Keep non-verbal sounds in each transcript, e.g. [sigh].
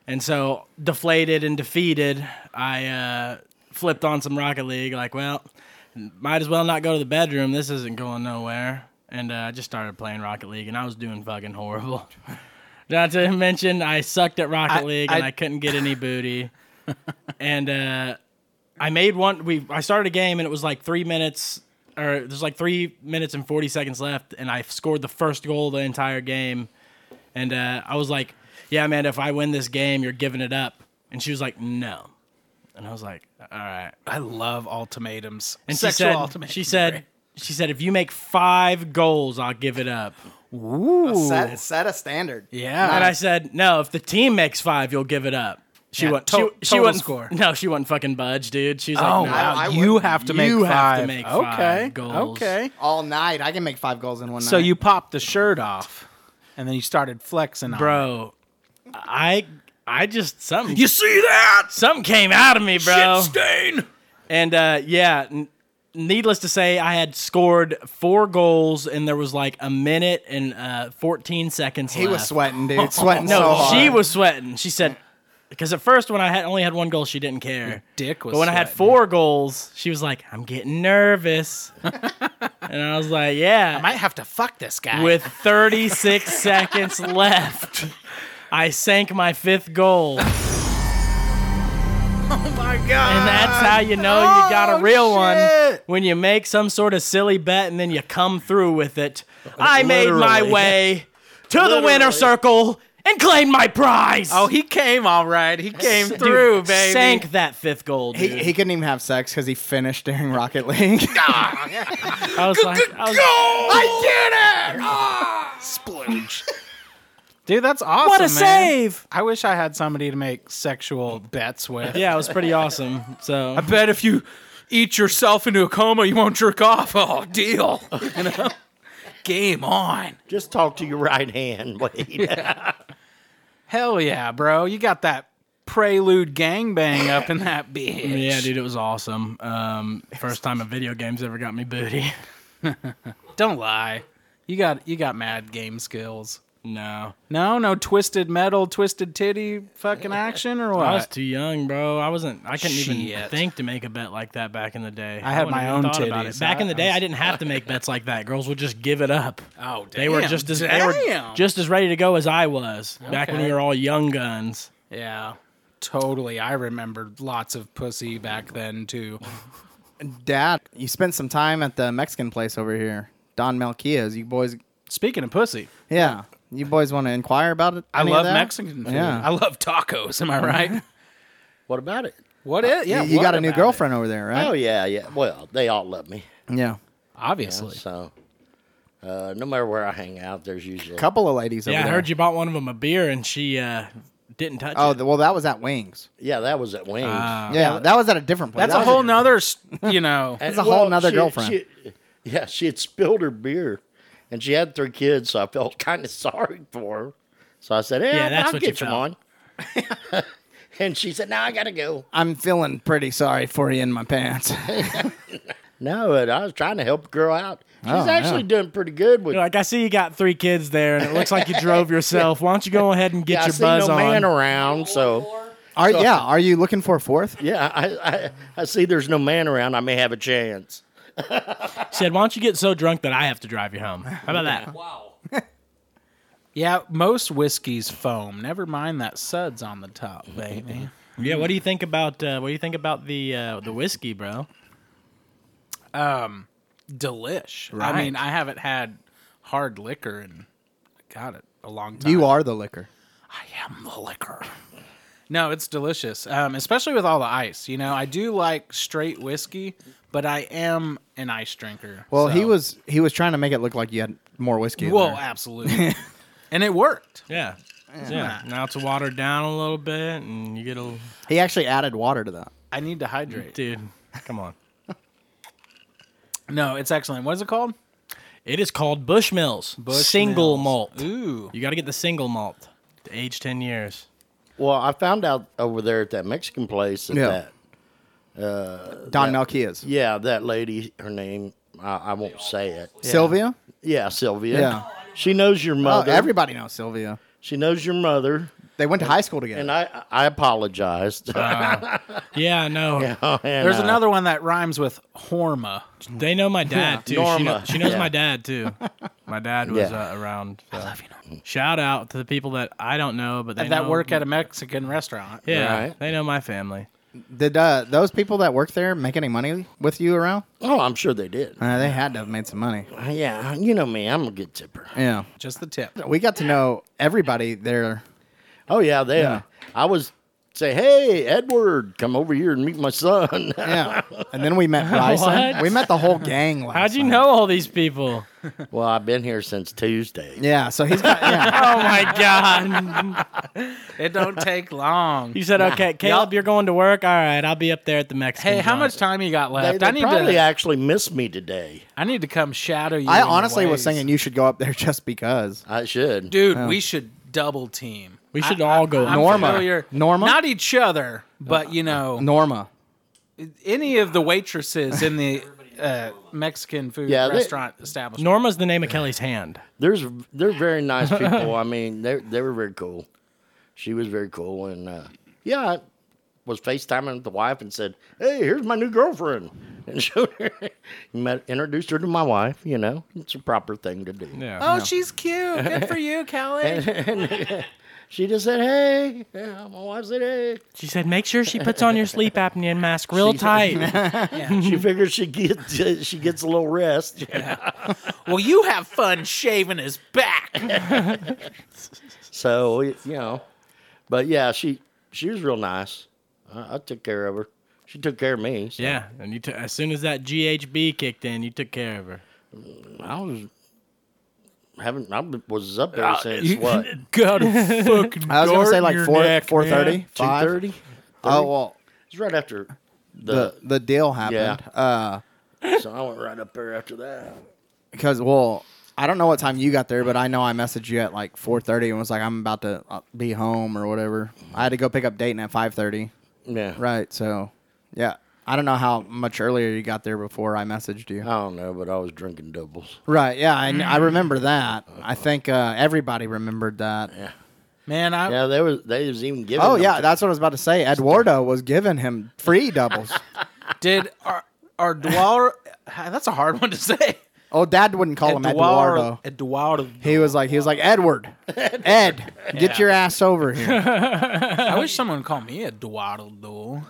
And so deflated and defeated, I uh, flipped on some Rocket League. Like, well, might as well not go to the bedroom. This isn't going nowhere. And uh, I just started playing Rocket League, and I was doing fucking horrible. Not to mention, I sucked at Rocket I- League, and I- I couldn't get any [laughs] booty. and uh, I made one. We I started a game, and it was like three minutes, or there's like three minutes and forty seconds left, and I scored the first goal of the entire game. And uh, I was like, "Yeah, man, if I win this game, you're giving it up." And she was like, "No." And I was like, "All right." I love ultimatums. And she Sexual said, ultimatums. she said, she said, if you make five goals, I'll give it up. Ooh. Set, set a standard. yeah. And I said, no, if the team makes five, you'll give it up. She Yeah, wouldn't. to- she, she total wouldn't. score. [laughs] No, she wouldn't fucking budge, dude. She's like, oh, no, wow. I you wouldn't. have to make You have five. to make five okay. goals. Okay. All night, I can make five goals in one night. So you popped the shirt off, and then you started flexing on it. bro, I, I just something, You see that? something came out of me, bro. Shit stain. And uh, yeah, n- needless to say, I had scored four goals, and there was like a minute and uh, 14 seconds He was left. sweating, dude. [laughs] Sweating so No, hard. she was sweating. She said, because at first when I had only had one goal, she didn't care. dick was But when I had sweating. four goals, she was like, "I'm getting [laughs] nervous," and I was like, "Yeah." might have to fuck this guy. With [laughs] 36 seconds left, I sank my fifth goal, and [laughs] Oh my god. that's how you know you got a real one shit. when you make some sort of silly bet and then you come through with it. I made my Literally. way to the winner circle and claimed my prize. oh, he came all right. He came Dude, through, baby. Sank that fifth goal, dude. He, he couldn't even have sex because he finished during [laughs] Rocket League. I was like, I was, Ah! [laughs] Splooge. Dude, that's awesome. what a man. save! I wish I had somebody to make sexual bets with. Yeah, it was pretty awesome. So [laughs] I bet if you eat yourself into a coma, you won't jerk off. Oh, deal. [laughs] You know? Game on. Just talk to your right hand, Wade. Hell yeah, bro. You got that prelude gangbang up in that bitch. [laughs] yeah, dude, it was awesome. Um, first time a video game's ever got me booty. Don't lie. You got you got mad game skills. No, No, no twisted metal, twisted titty fucking action or what? I was too young, bro. I wasn't. I couldn't even Shit. think to make a bet like that back in the day. I had wouldn't my even own thought about it. titties. Back in I- the I day, I was- didn't have to make bets like that. Girls would just give it up. oh, damn. They were just as they were damn. just as ready to go as I was back when Okay. we were all young guns. Yeah. Totally. I remembered lots of pussy back then too. Dad, you spent some time at the Mexican place over here, Don Melquia's. You boys, Speaking of pussy, yeah, you boys want to inquire about it? I any of love that? Mexican food. Yeah. I love tacos, am I right? What about it? what is yeah, Uh, You- you what got a new about it? girlfriend over there, right? Oh yeah, yeah. Well, they all love me. Yeah, Obviously. So uh, no matter where I hang out, there's usually couple of ladies. Yeah, over I there. heard you bought one of them a beer and she uh, didn't touch Oh, it. th- well, that was at Wings. Yeah, that was at Wings. yeah, that was at a different place. Uh, That's That a was whole nother [laughs] s- you know. And- That's a whole nother she- girlfriend. she- yeah, she had spilled her beer, and she had three kids, so I felt [laughs] kind of sorry for her. So I said, "Yeah, Yeah, that's I'll what get you you felt. one." [laughs] and she said, "No, I gotta go." I'm feeling pretty sorry for you in my pants. No, and I was trying to help the girl out. She's Oh, actually doing pretty good with. You're like, I see you got three kids there, and it looks like you drove yourself. Why don't you go ahead and get yeah, I your see buzz no man on? around, so Are yeah? Are you looking for a fourth? yeah, I, I I see there's no man around. I may have a chance. Said, why don't you get so drunk that I have to drive you home? How about that? Yeah, most whiskeys foam. Never mind that suds on [laughs] the top, baby. yeah. What do you think about uh, what do you think about the uh, the whiskey, bro? Delish. I Right. mean, I haven't had hard liquor in got it a long time. You are the liquor. I am the liquor. No, it's delicious, um, especially with all the ice. You know, I do like straight whiskey, but I am an ice drinker. Well, he so- was he was trying to make it look like you had more whiskey. in [laughs] Well, there. [laughs] absolutely, and it worked. Yeah. Yeah. Now it's watered down a little bit, and you get a he actually added water to that. I need to hydrate. dude. Come on. No, it's excellent. What is it called? It is called Bushmills. Single Mills. malt. Ooh, You got to get the single malt. Age ten years. Well, I found out over there at that Mexican place that, Yeah. that Uh, Don Melquia's. yeah, that lady, her name, I, I won't say it. Sylvia. Yeah, Sylvia. Yeah. She knows your Oh, mother. everybody knows Sylvia. she knows your mother, They went to high school together. and I I apologized. Uh, [laughs] Yeah, I know. there's uh, another one that rhymes with horma. They know my dad too. She, kno- Norma. she knows Yeah. my dad too. My dad was Yeah. uh, around. so. Mm. Shout out to the people that I don't know, but they that know- work at a Mexican restaurant. Yeah, Right. they know my family. Did uh, those people that work there make any money with you around? Oh, I'm sure they did. Uh, they had to have made some money. Yeah, you know me. I'm a good tipper. Yeah. Just the tip. We got to know everybody there. Oh yeah, they. Yeah. I was say, hey, Edward, come over here and meet my son. [laughs] [laughs] Yeah. And then we met Bryson. What? We met the whole gang last How'd you night. know all these people? well, I've been here since Tuesday. Yeah. So he's [laughs] got, yeah. [laughs] Oh my god! It don't take long. You said, "Okay, Caleb, you're going to work. All right, I'll be up there at the Mexican." Hey, how joint." much time you got They, left? they I need probably to. actually missed me today. I need to come shadow you. in I your honestly was ways. thinking you should go up there just because. I should. dude, we should double team. We should all go. I'm [laughs] Norma. familiar- Norma? Uh, not each other, but you know, Norma. any of the waitresses in the uh, Mexican food Yeah, they- restaurant establishment. Norma's the name of Kelly's hand. There's they're very nice people. I mean, they they were very cool. She was very cool, and uh, yeah, I was FaceTiming with the wife and said, "Hey, here's my new girlfriend," [laughs] and showed her, [laughs] met, introduced her to my wife. You know, it's a proper thing to do. Yeah. oh, she's cute. Good for you, Kelly. She just said, "Hey," [laughs] yeah, my wife said, "Hey." She said, make sure she puts on your sleep apnea mask real [laughs] tight. She figures she gets [laughs] she gets a little rest. well, you have fun shaving his back. So you know, but yeah, she she was real nice. I, I took care of her. She took care of me. so yeah. And you t- as soon as that GHB kicked in, you took care [laughs] of her. I was haven't I was up there since [laughs] what two Got a fucking I was gonna say like four four thirty. thirty. Oh well, It's right after the the, the deal happened. Uh, so I went right up there after that. because well, I don't know what time you got there, but I know I messaged you at like four thirty and was like, I'm about to uh, be home or whatever. I had to go pick up Dayton at five thirty. Yeah, Right. So, yeah, I don't know how much earlier you got there before I messaged you. I don't know, but I was drinking doubles. Right. Yeah, I, I remember that. I think uh, everybody remembered that. Man, I, Yeah, they was they was even giving. Oh them yeah, to- that's what I was about to say. Eduardo was giving him free [laughs] doubles. did our, our Duar, that's a hard one to say. oh, Dad wouldn't call him Eduar- Eduardo. Eduardo. He was like, he was like [laughs] Edward, Ed, get your ass over here. I wish someone would call me Eduardo.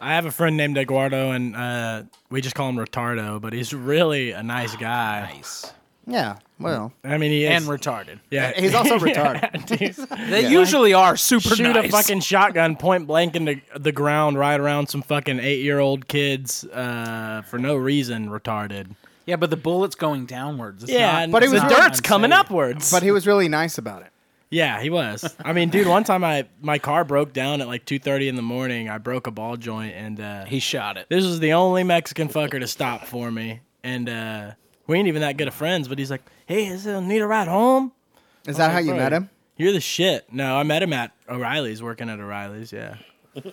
I have a friend named Eduardo, and uh, we just call him Retardo, but he's really a nice guy. Nice. yeah, well, I mean, he is. And retarded. yeah, [laughs] he's also retarded. [laughs] Dude, They usually are super shoot nice. a fucking shotgun point blank into the ground right around some fucking eight year old kids uh, for no reason, retarded. yeah, but the bullet's going downwards. It's Yeah, not- but it was the really dirt's coming unsafe. upwards. Mm-hmm. But he was really nice about it. yeah, he was. I mean, dude, one time I my car broke down at like two thirty in the morning. I broke a ball joint, and uh, he shot it. this was the only Mexican fucker to stop for me. And uh, we ain't even that good of friends. But he's like, "Hey, is it need a ride home? Is Oh, that how you Right. met him? You're the shit." No, I met him at O'Reilly's, working at O'Reilly's. Yeah,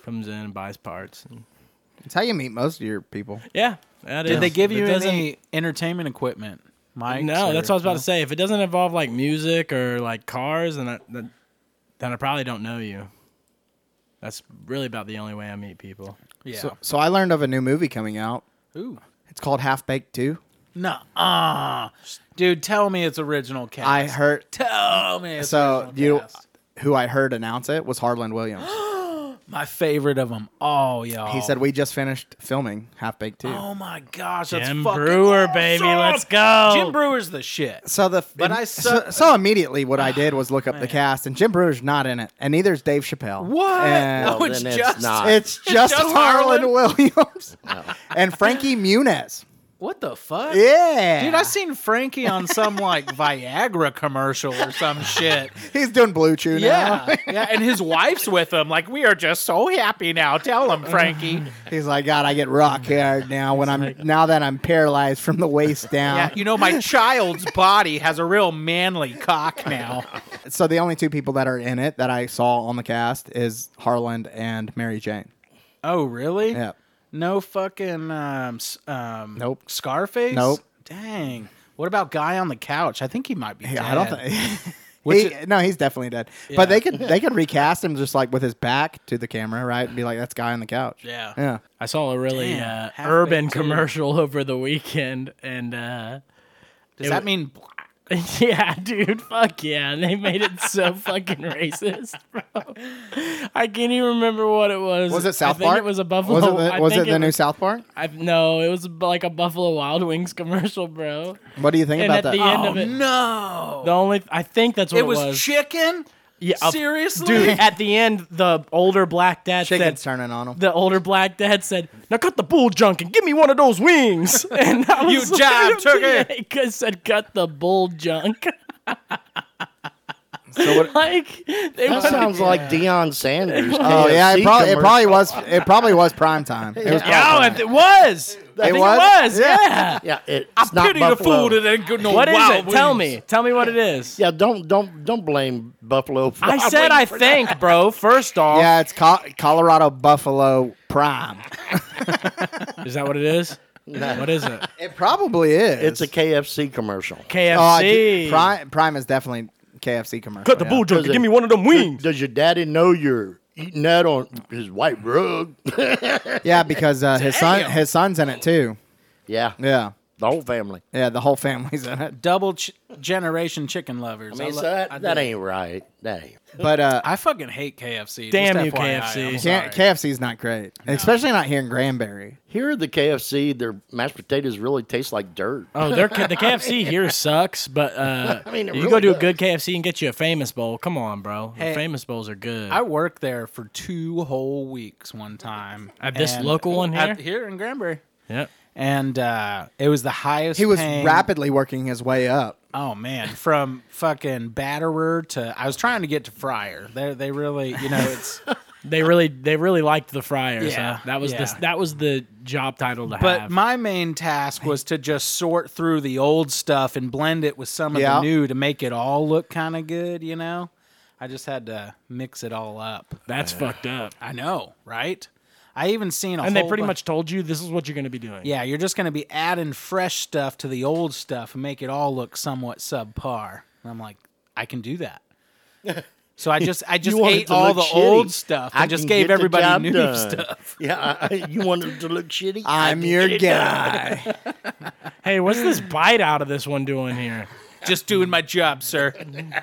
comes in and buys parts. And, It's how you meet most of your people. yeah, that Did is- they give it you doesn't- any entertainment equipment, Mike? No, that's what I was about to say. If it doesn't involve like music or like cars, then I, then, then I probably don't know you. That's really about the only way I meet people. Yeah. So, so I learned of a new movie coming out. Ooh. It's called Half Baked Two. No. Ah. Dude, tell me it's original cast. I heard Tell me. It's so original you cast. who I heard announce it was Harlan Williams. My favorite of them all, y'all. He said we just finished filming Half Baked Two. Oh my gosh, that's Jim fucking Brewer, baby, awesome! let's go. Jim Brewer's the shit. So the But I so, su- so immediately what I did was [sighs] look up the cast and Jim Brewer's not in it and neither is Dave Chappelle. What? And [laughs] oh, it's then it's just not. it's just just Harlan [laughs] Williams and Frankie Muniz. what the fuck? Yeah, Dude, I seen Frankie on [laughs] some like Viagra commercial or some shit. he's doing Blue Chew now. Yeah. yeah, and his wife's with him. Like, we are just so happy now. Tell him, Frankie. [laughs] He's like, God, I get [laughs] rock hard now when I'm now that I'm paralyzed from [laughs] the waist down. Yeah, you [laughs] know, my child's body has a real manly cock [laughs] now. So the only two people that are in it that I saw on the cast is Harlan and Mary Jane. Oh, really? Yeah. No fucking um, s- um Nope. Scarface? Nope. Dang. What about guy on the couch? I think he might be. Yeah, dead. I don't [laughs] think. Which He- no, he's definitely dead. But they could they could recast him just like with his back to the camera, right? And be like, "That's guy on the couch." Yeah. yeah. I saw a really Damn, uh, halfway urban to- commercial [laughs] over the weekend, and uh, [laughs] Does that mean black? yeah, dude, fuck yeah, they made it [laughs] so fucking racist, bro. I can't even remember what it was. Was it South I think Park? It was a Buffalo. Was it the, I was it think the new South Park? I, no, it was like a Buffalo Wild Wings [laughs] commercial, bro. What do you think And about at that? the end Oh of it, no! the only I think that's what it it was, chicken. Yeah, uh, Seriously, dude. At the end, the older black dad Chicken's said, turning on him. "The older black dad said, now cut the bull junk and give me one of those [laughs] wings." And I You was jive, turkey. He could- said, "Cut the bull junk." So [laughs] what- like they [laughs] That wanted- sounds like Dion [laughs] Sanders. oh yeah, it KFC probably, it commercial. probably was it probably was [laughs] prime time. It was prime Oh, time. if it was. I It think was? it was. Yeah. Yeah. yeah. It, I it's not pity the fool Buffalo. that ain't good no What is Wild it? Tell Wings. me. Tell me what it is. Yeah, don't don't don't blame Buffalo. For [laughs] I said I think, bro. [laughs] First off, Yeah, it's Co- Colorado Buffalo Prime. is that what it is? What is [laughs] Oh, it? [laughs] It probably is. It's a KFC commercial. KFC. Oh, I do- Prime, Prime is definitely KFC commercial. yeah. junkie. Give me one of them wings. Does your daddy know you're eating that on his white rug? Yeah, because uh, his son Damn. his son's in it too. [laughs] yeah, Yeah, the whole family. yeah, the whole family's in it. Uh, Double ch- generation chicken lovers. I mean, lo- so that, I that do. ain't right. That ain't. But uh, [laughs] I fucking hate KFC. Damn just you, FYI, KFC. I'm Can't- K- sorry. KFC's not great, especially not here in Granbury. Here at the KFC, their mashed potatoes really taste like dirt. Oh, their K- the [laughs] KFC here sucks, but uh, I mean, it you really go to does. a good KFC and get you a famous bowl. Come on, bro. The Hey, famous bowls are good. I worked there for two whole weeks one time At this and- local one at- here? here in Granbury, yep. and uh, it was the highest. He was paying- rapidly working his way up. Oh man, from fucking batterer to I was trying to get to fryer. They they really you know [laughs] it's They really they really liked the fryers. Yeah, huh? That was yeah. the that was the job title to but have. my main task was to just sort through the old stuff and blend it with some of Yeah. the new to make it all look kind of good. You know, I just had to mix it all up. That's fucked up. I know, right? I even seen a And they whole pretty bunch- much told you this is what you're going to be doing. Yeah, you're just going to be adding fresh stuff to the old stuff and make it all look somewhat subpar. And I'm like, I can do [laughs] that. So I just I just want it ate to all look the shitty. old stuff and I just can gave get the job everybody new done. stuff. [laughs] Yeah, I, I- you want it to look shitty? [laughs] I I'm can your get it [laughs] done. guy. Hey, what's this bite out of this one doing [laughs] here? Just doing my job, [laughs] sir.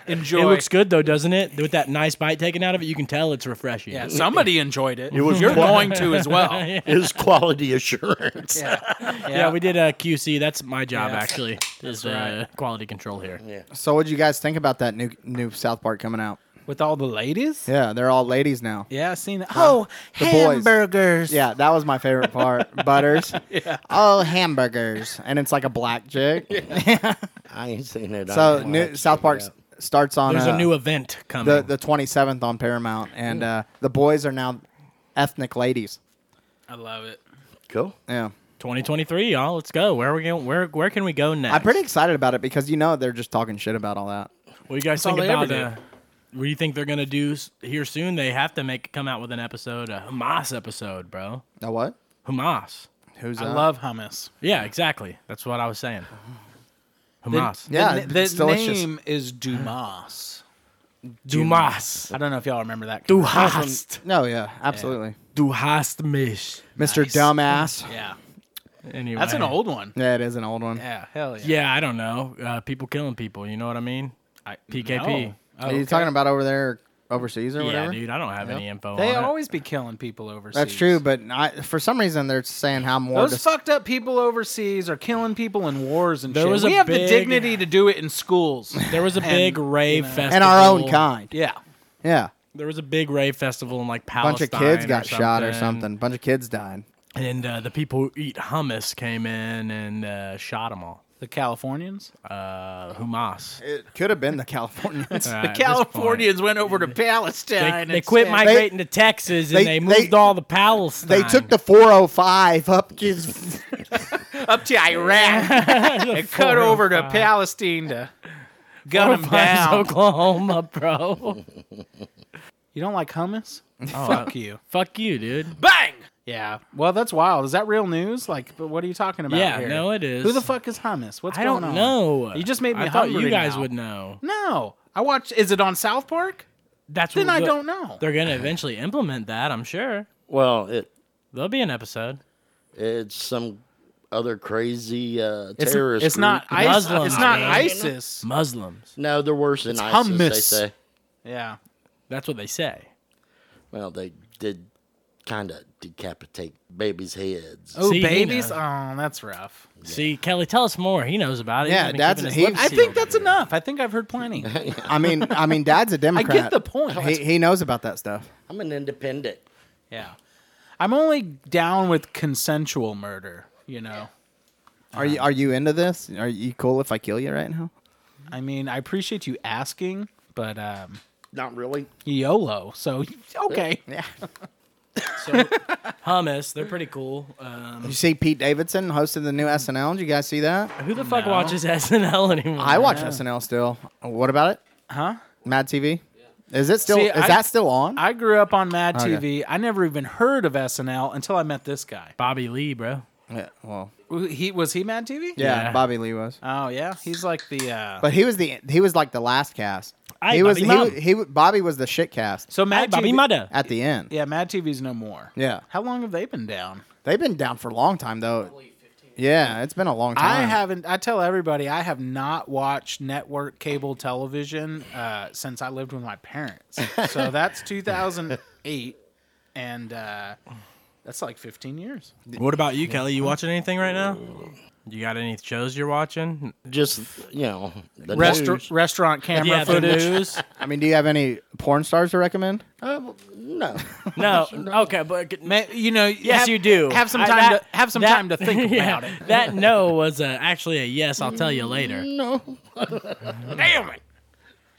Enjoy. It looks good though, doesn't it? With that nice bite taken out of it, you can tell it's refreshing. Yeah, somebody enjoyed it. was you're quite- going to as well. [laughs] yeah. Is quality assurance. Yeah. Yeah, we did a QC. That's my job Yeah. actually. Is uh, quality control here. So, what do you guys think about that new new South Park coming out? With all the ladies? Yeah, Yeah, they're all ladies now. I seen that. Oh, The boys. hamburgers. Yeah, that was my favorite part. Butters. Oh, hamburgers, and it's like a black chick. I ain't seen it. I So, don't wanna new, check South it Park out. s- starts on There's uh, a new event coming. the the 27th on Paramount, and uh, the boys are now ethnic ladies. I love it. Cool. Yeah. 2023, y'all. Let's go. Where are we going? Where Where can we go next? I'm pretty excited about it because you know they're just talking shit about all that. What do you guys all think they ever about? do. Uh, what do you think they're gonna do s- here soon? They have to make come out with an episode, a Hamas episode, bro. A what? Hamas. Who's I that? love hummus. Yeah, exactly. That's what I was saying. The- Hamas. the Yeah, na- it's the, delicious. name is Dumas. Dumas. I don't know if y'all remember that. Du hast. No, Oh, yeah, absolutely. Du hast mich. Mr. Dumbass. [laughs] Yeah, Anyway. that's an old one. Yeah, it is an old one. Yeah, hell yeah. Yeah, I don't know. Uh, people killing people. You know what I mean? I- PKP. no. Are you talking about over there, overseas or Yeah, whatever? dude. I don't have any info They on always be killing people overseas. That's true, but I, for some reason they're saying how more. Those dis- fucked up people overseas are killing people in wars and There shit. was a we have the big- dignity to do it in schools. it. There was a And, big rave festival. and our own kind. yeah. Yeah, There was a big rave festival in like a Palestine. bunch of kids or got shot or something. bunch of kids died. And uh, the people who eat hummus came in and uh, shot them all. The Californians. Uh, Hamas. It could have been the Californians. Uh, the at this Californians went over to point, Palestine. They, they quit my. migrating to Texas and they- they, they- moved all the Palestine. they [laughs] took the 405 up. Kids. up to [laughs] Iraq and [laughs] cut oh over to Palestine to gun them down. Oklahoma, [laughs] bro. You don't like hummus? Fuck [laughs] Oh, Fuck you. Fuck you, dude. Bang! Yeah. Well, that's wild. Is that real news? Like, but what are you talking about? Yeah, here? no, it is. Who the fuck is hummus? What's I going don't on? know. You just made me I thought hungry you guys now. would know. No, I watched. Is it on South Park? That's Then what I the- don't know. They're gonna eventually implement that, I'm sure. Well, it There'll be an episode. it's some other crazy uh, It's, terrorist. it's not group. ISIS. Muslims, It's not man. ISIS. Muslims. No, they're worse than ISIS. They hummus. say. Yeah. That's what they say. Well, they did kind of decapitate babies' heads. Oh, See, he babies. Oh, that's rough. See, Kelly, tell us more. He knows about it. He's Yeah, been keeping that's- his he- lips I think sealed. that's enough. I think I've [laughs] heard plenty. I mean, I mean, Dad's a I Democrat. get the point. He, he knows about that stuff. I'm an independent. Yeah. I'm only down with consensual murder, you know. Are you are you into this? Are you cool if I kill you right now? I mean, I appreciate you asking, but um Not really. YOLO. So [laughs] okay. Yeah. [laughs] hummus. They're pretty cool. Um, You see, Pete Davidson hosted the new SNL. Did you guys see that? who the fuck watches [laughs] SNL anymore? I watch SNL still. What about it? Huh? Mad TV. Is it still? See, is I- that still on? I grew up on Mad Okay. TV. I never even heard of SNL until I met this guy. Bobby Lee, bro. yeah, well, He was he Mad TV? Yeah, Yeah. Bobby Lee was. Oh yeah, he's like the. Uh, But he was the he was like the last cast. Aye, he was Bobby he, Mum. wa- he wa- Bobby was the shit cast so Mad Hey, Bobby TV Mudder. at the end. Yeah, Mad TV's no more. Yeah. How long have they been down? They've been down for a long time though. Yeah, it's been a long time. I haven't. I tell everybody I have not watched network cable television uh, since I lived with my parents. [laughs] So that's 2008, and uh, that's like 15 years. What about you, Kelly? You watching anything right now? Uh, You got any shows you're watching? Just you know, the Restaur news. restaurant camera footage. I mean, do you have any porn stars to recommend? Uh, no, No. [laughs] Okay, but Ma- you know, Yes, have- you do. Have some I- time that- to have some that- time to [laughs] think yeah, about it. That no was a, actually a yes. I'll tell you later. no. Damn it!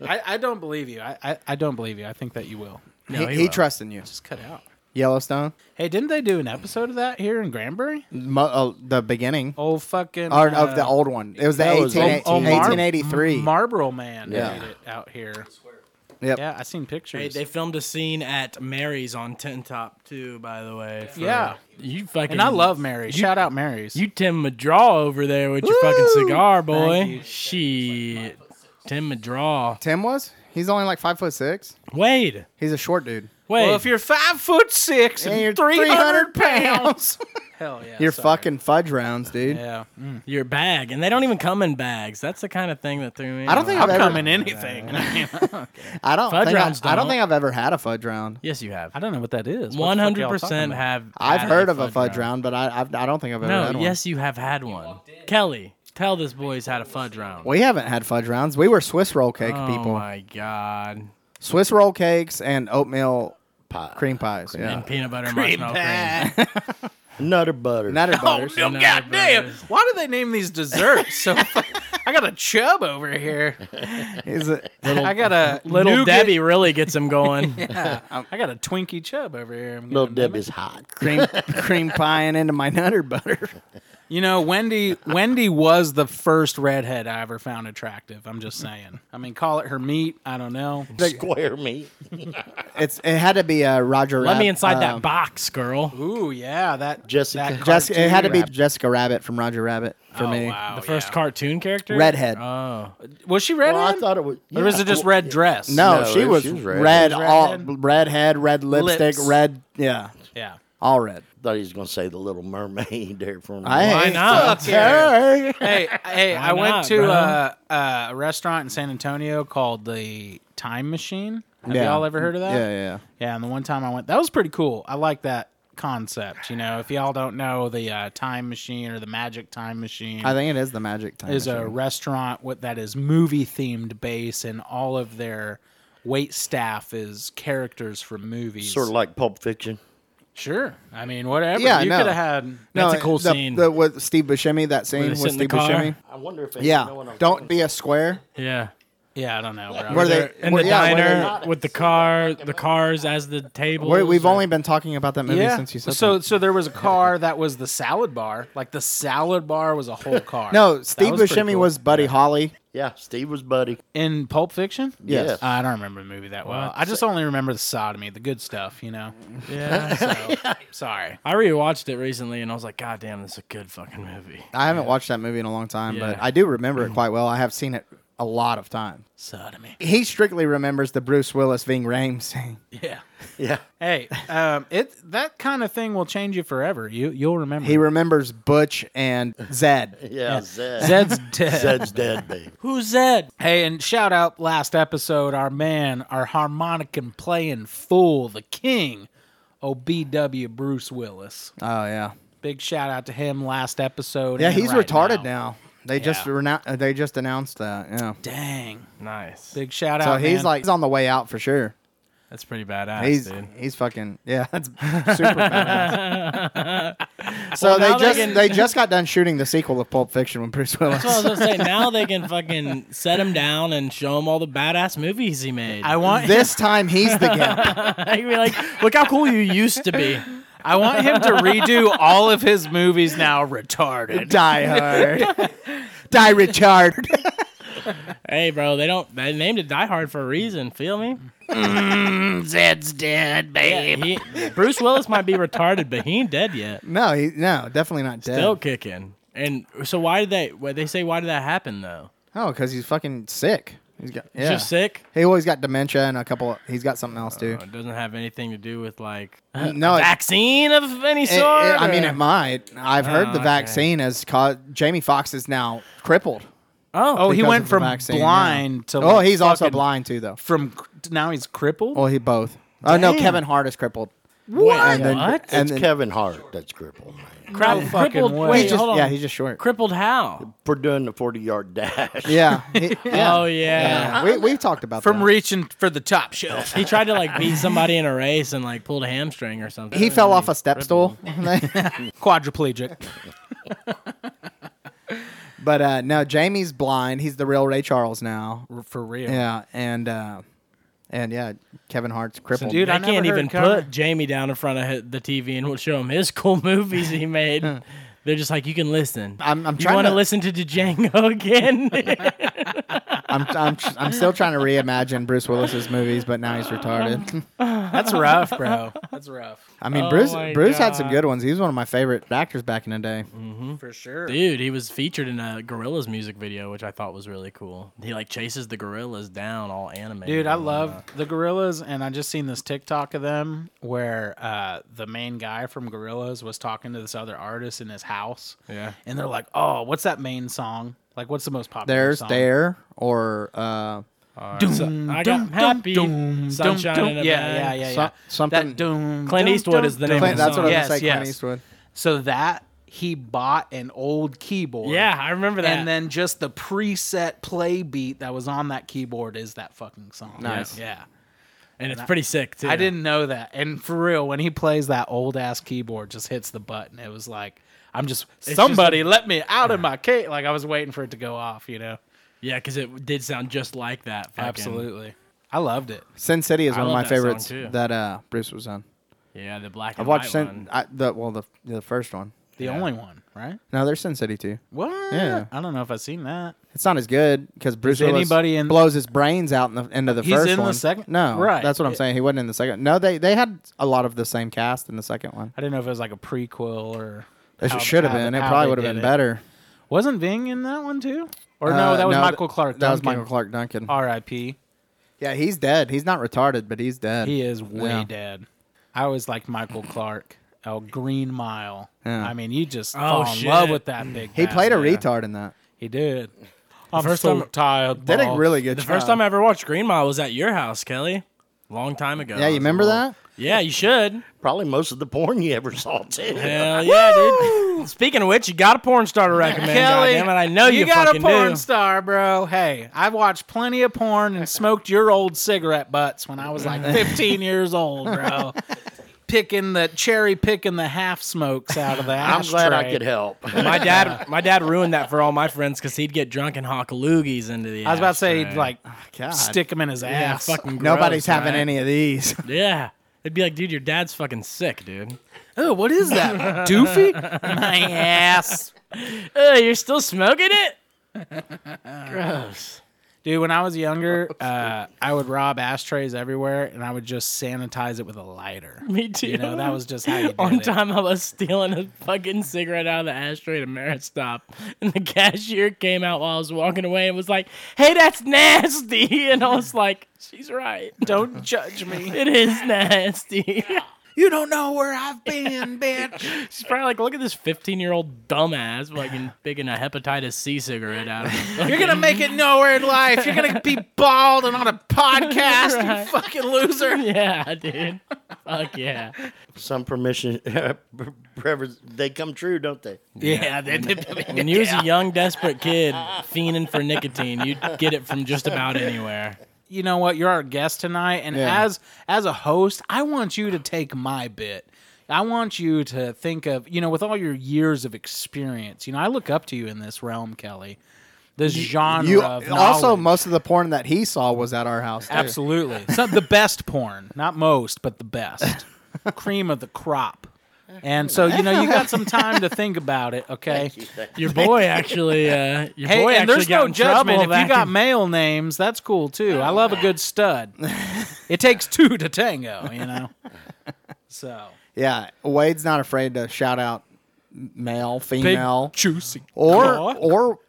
I, I don't believe you. I, I, I don't believe you. I think that you will. No, he, he he will. trusts in you. Just cut out. Yellowstone, Hey, didn't they do an episode of that here in Granbury? Mo, uh, the beginning Old fucking or uh, of the old one. It was the that was 18, Om- Omar- 1883. oh, Marlboro Man Yeah. made it out here. Yep. Yeah, I seen Hey, pictures. they filmed a scene at Mary's on Ten Top too. By the way, for- Yeah. You fucking and I love Mary's. Shout out Mary's. you, Tim Madraw over there with your fucking Woo! cigar, Thank boy. you. Shit, Tim Madraw. Tim was? He's only like five foot six. Wade, He's a short dude. Wade. well, if you're five foot six and, And you're 300 300 pounds, hell yeah, [laughs] You're sorry. fucking fudge rounds, dude. Yeah, Mm. your bag, and they don't even come in bags. That's the kind of thing that threw me. I don't off. think I'm I've ever, coming anything. I don't Fudge think I, rounds I don't don't. think I've ever had a fudge round. Yes, you have. [laughs] I don't know what that is. What One the fuck hundred y'all talking percent about? [laughs] have. I've had heard of a fudge round, but I I've, I don't think I've ever had No, one. yes, you have had one. Kelly, tell this boys had a fudge round. We haven't had fudge rounds. We were Swiss roll cake oh people. my god! Swiss roll cakes and oatmeal Pie. cream pies. Yeah. And peanut butter Cream marshmallow pie. [laughs] Nutter [laughs] butter. Nutter [laughs] Oh butters. no, Nutter goddamn! butters. Why do they name these desserts? So [laughs] I got a chub over here. Is it- I got a cream. Little nougat- Debbie really gets him [laughs] going. I got a Twinkie chub over here. I'm Little gonna name it. Debbie's [laughs] hot. cream cream pie and into my nutter butter. You know, Wendy Wendy was the first redhead I ever found attractive. I'm just saying. I mean, call it her meat. I don't know. Square meat. [laughs] It's it had to be a Roger. Let Rab- me inside um, that box, girl. Ooh, yeah, that Jessica. that Jessica, it had to be Rabbit. Jessica Rabbit from Roger Rabbit for oh, me. wow, the first yeah. cartoon character. Redhead. Oh, was she redhead? Well, I thought it was. or was it just red dress? No, No, she it- was she was red, red. all Redhead. redhead, red lipstick, Lips. red yeah, Yeah. all red. thought he was going to say the Little Mermaid there for a I minute. why ain't not? fuck [laughs] her. Hey, hey, I went not, to bro? uh, uh, a restaurant in San Antonio called the Time Machine. Have Yeah. y'all ever heard of that? Yeah, yeah. Yeah, and the one time I went, that was pretty cool. I like that concept. You know, if y'all don't know, the uh, Time Machine or the Magic Time Machine I think it is the magic time. is a machine. restaurant with, that is movie themed base, and all of their wait staff is characters from movies. Sort of like Pulp Fiction. sure. I mean, whatever. Yeah, you no. could have had. That's No, a cool the- scene. The, with Steve Buscemi, that scene they with sit in the Steve car? Buscemi. I wonder if Yeah, don't be a square. yeah. Yeah, I don't know. Bro. Where they In where- the Uh, yeah, where they- diner with the car, the cars as the table. where- we've only been talking about that movie yeah. since you said so, that. so there was a car that was the salad bar. Like the salad bar was a whole car. [laughs] No, That Steve was pretty Buscemi cool. was Buddy Holly. Yeah, Steve was buddy. in Pulp Fiction. Yes. Yes. I don't remember the movie that well. I just only remember the sodomy, the good stuff, [laughs] you know. [laughs] Yeah. So, sorry. I rewatched it recently, and I was like, God damn, this is a good fucking movie. I haven't watched that movie in a long time, but Yeah. I do remember Mm. it quite well. I have seen it a lot of times. Sodomy. He strictly remembers the Bruce Willis Ving Rhames scene. [laughs] Yeah. [laughs] yeah. Hey, um, it that kind of thing will change you forever. You you'll remember. He remembers Butch and [laughs] Zed. Yeah, Zed. Zed's [laughs] dead. Zed's dead, baby. Who's Zed? Hey, and shout out last episode, our man, our harmonic and playing fool, the king, OBW Bruce Willis. Oh yeah, Big shout out to him last episode. yeah. and He's right retarded now. now. They just Yeah. rena- uh, they just announced that. Yeah. Dang. Nice. Big shout So out. he's man. like he's on the way out for sure. That's pretty badass, He's dude. he's fucking yeah. [laughs] That's [laughs] super badass. now so they they just they, can- just got done shooting the sequel of Pulp Fiction with Bruce Willis. [laughs] That's what I was gonna say. Now they can fucking set him down and show him all the badass movies he made. I want this time he's [laughs] the gimp. You'd be [laughs] like, look how cool you used to [laughs] be. I want him to redo all of his movies now retarded. Die [laughs] Hard. Die Richard. [laughs] Hey, bro, they don't. They named it Die Hard for a reason. Feel me? [laughs] Zed's dead, Yeah, [laughs] he- Bruce Willis might be retarded, but he ain't dead yet. no, he no, definitely not dead. Still kicking. And so why did they? Well, they say why did that happen though? Oh, because he's fucking sick. He's got yeah. Just sick. He always got dementia and a couple. He's got something else too. Uh, It doesn't have anything to do with like No, it- vaccine of any Uh, It- it- sort. I mean, or- it might. I've heard Oh, the okay. vaccine has caused. Jamie Foxx is now crippled. oh, Oh, he because went of the from vaccine, yeah. blind to. Oh, like, he's also fucking- blind too, though. From now he's crippled. Well, he both. Oh no, Damn. Kevin Hart is crippled. what? And then, what? And it's then, Kevin Hart that's crippled man. Crap, fucking crippled. way. Wait, he's just, hold on. yeah, he's just short. crippled. How? for doing the forty yard [laughs] dash. Yeah, he- yeah. Oh yeah. We we've talked about from that. reaching for the [laughs] top shelf. He tried to like beat somebody in a race and like pulled a hamstring or something. he fell off a step stool. Quadriplegic. [laughs] but uh, no, Jamie's blind. He's the real Ray Charles now. For real. Yeah, and uh, and yeah, Kevin Hart's crippled. Dude, Dude, I, I never can't heard even Connor- put Jamie down in front of hi- the TV and we'll show him his cool [laughs] movies he [laughs] made. They're just like, you can listen. I'm- I'm you trying wanna to- listen to Django [laughs] again? I'm, I'm I'm still trying to reimagine Bruce Willis's movies, but now he's retarded. That's rough, bro. That's rough. I mean, Oh Bruce my Bruce had some God. good ones. He was one of my favorite actors back in the day. For sure. Dude, he was featured in a Gorillas music video, which I thought was really cool. He like chases the gorillas down, all animated. Dude, I and love the Gorillas, and I just seen this TikTok of them where uh, the main guy from Gorillas was talking to this other artist in his house. Yeah. and they're like, "Oh, what's that main song? Like, what's the most popular?" There's song? there or uh, whatnot. So, I got happy. sunshine in a yeah, yeah, bag. yeah, yeah. Some- something- That doom. Clint dum, Eastwood dum, is the dum. name Clint, of the that's what I was Yes, gonna say. Clint yes. Eastwood. So that he bought an old keyboard. Yeah, I remember that. And then just the preset play beat that was on that keyboard is that fucking song. Nice. Yeah. and it's pretty sick too. I didn't know that. And for real, when he plays that old ass keyboard, just hits the button. It was like, I'm just just somebody let me out of my cage. Like I was waiting for it to go off, you know. Yeah, because it did sound just like that. fucking- Absolutely. I loved it. Sin City is I one of love my that song, favorites too. that uh, Bruce was on. Yeah, the black. I've and watched white Sin. one. I, the well, the the first one. The only one, right? No, there's Sin City too. What? Yeah. I don't know if I've seen that. It's not as good because Bruce Willis anybody in- blows his brains out in the end of the He's first in the one. second- No, Right. That's what I'm It- saying. He wasn't in the second. No, they they had a lot of the same cast in the second one. I didn't know if it was like a prequel or. It how- should have how- been. It how probably they would have did been it. better. Wasn't Ving in that one too? Or no, Uh, that was th- Michael Clark. That was Duncan. Uh, Michael Clark Duncan. R.I.P. Yeah, he's dead. He's not retarded, but he's dead. He is way Yeah. dead. I always liked Michael Clark. Oh, Green Mile. Yeah. I mean, you just Oh, fall in shit. love with that big. He played a bastard. retard in that. He did. I'm first so time- tired. They did a boss. really good. The first time I ever watched Green Mile was at your house, Kelly. Long time ago. Yeah, you remember that? Yeah, you [laughs] should. Probably most of the porn you ever saw too. Hell yeah, dude. Speaking of which, you got a porn star to recommend. Kelly, goddammit. I know you, got a fucking porn do. star, bro. Hey, I've watched plenty of porn and smoked your old cigarette butts when I was [laughs] like 15 years old, bro. Picking the cherry, picking the half smokes out of the I'm glad I ashtray. could [laughs] help. [laughs] My dad, my dad ruined that for all my friends because he'd get drunk and hawk loogies into the. I was about to say, ashtray. he'd like Oh, God. stick him in his yeah, ass. fucking. Gross, Nobody's having right? any of these. Yeah, it'd be like, dude, your dad's fucking sick, dude. Oh, what is [laughs] that? Doofy? My ass. Uh, you're still smoking [laughs] it? Gross. Dude, when I was younger, uh, I would rob ashtrays everywhere and I would just sanitize it with a lighter. Me too. You know, that was just [laughs] how you did One it. time I was stealing a fucking cigarette out of the ashtray at a merit stop, and the cashier came out while I was walking away and was like, "Hey, that's nasty," [laughs] and I was like, "She's right, Don't judge me. it is nasty." [laughs] You don't know where I've been, bitch. She's probably like, "Look at this fifteen-year-old dumbass fucking picking a hepatitis C cigarette out of." the [laughs] You're gonna make it nowhere in life. You're gonna be bald and on a podcast, you fucking [laughs] loser. yeah, dude. Fuck yeah. Some permission, [laughs] preference- they come true, don't they? Yeah, they did. When you was a young, desperate kid fiending for nicotine, you'd get it from just about anywhere. You know what? You're our guest tonight, and Yeah. as as a host, I want you to take my bit. I want you to think of you know, with all your years of experience, you know, I look up to you in this realm, Kelly. This genre You of also knowledge. most of the porn that he saw was at our house. too. Absolutely. It's not the best porn, not most, but [laughs] the best. Cream of the crop. Oh, And so, you know, you got some time to think about it, [laughs] okay? Your boy actually, uh, your Hey, boy and actually there's got no in judgment. trouble If back you got in- male names, that's cool too. I love a [laughs] good stud. it takes two to tango, you know? So, Yeah, Wade's not afraid to shout out male, Big female, juicy or cock. or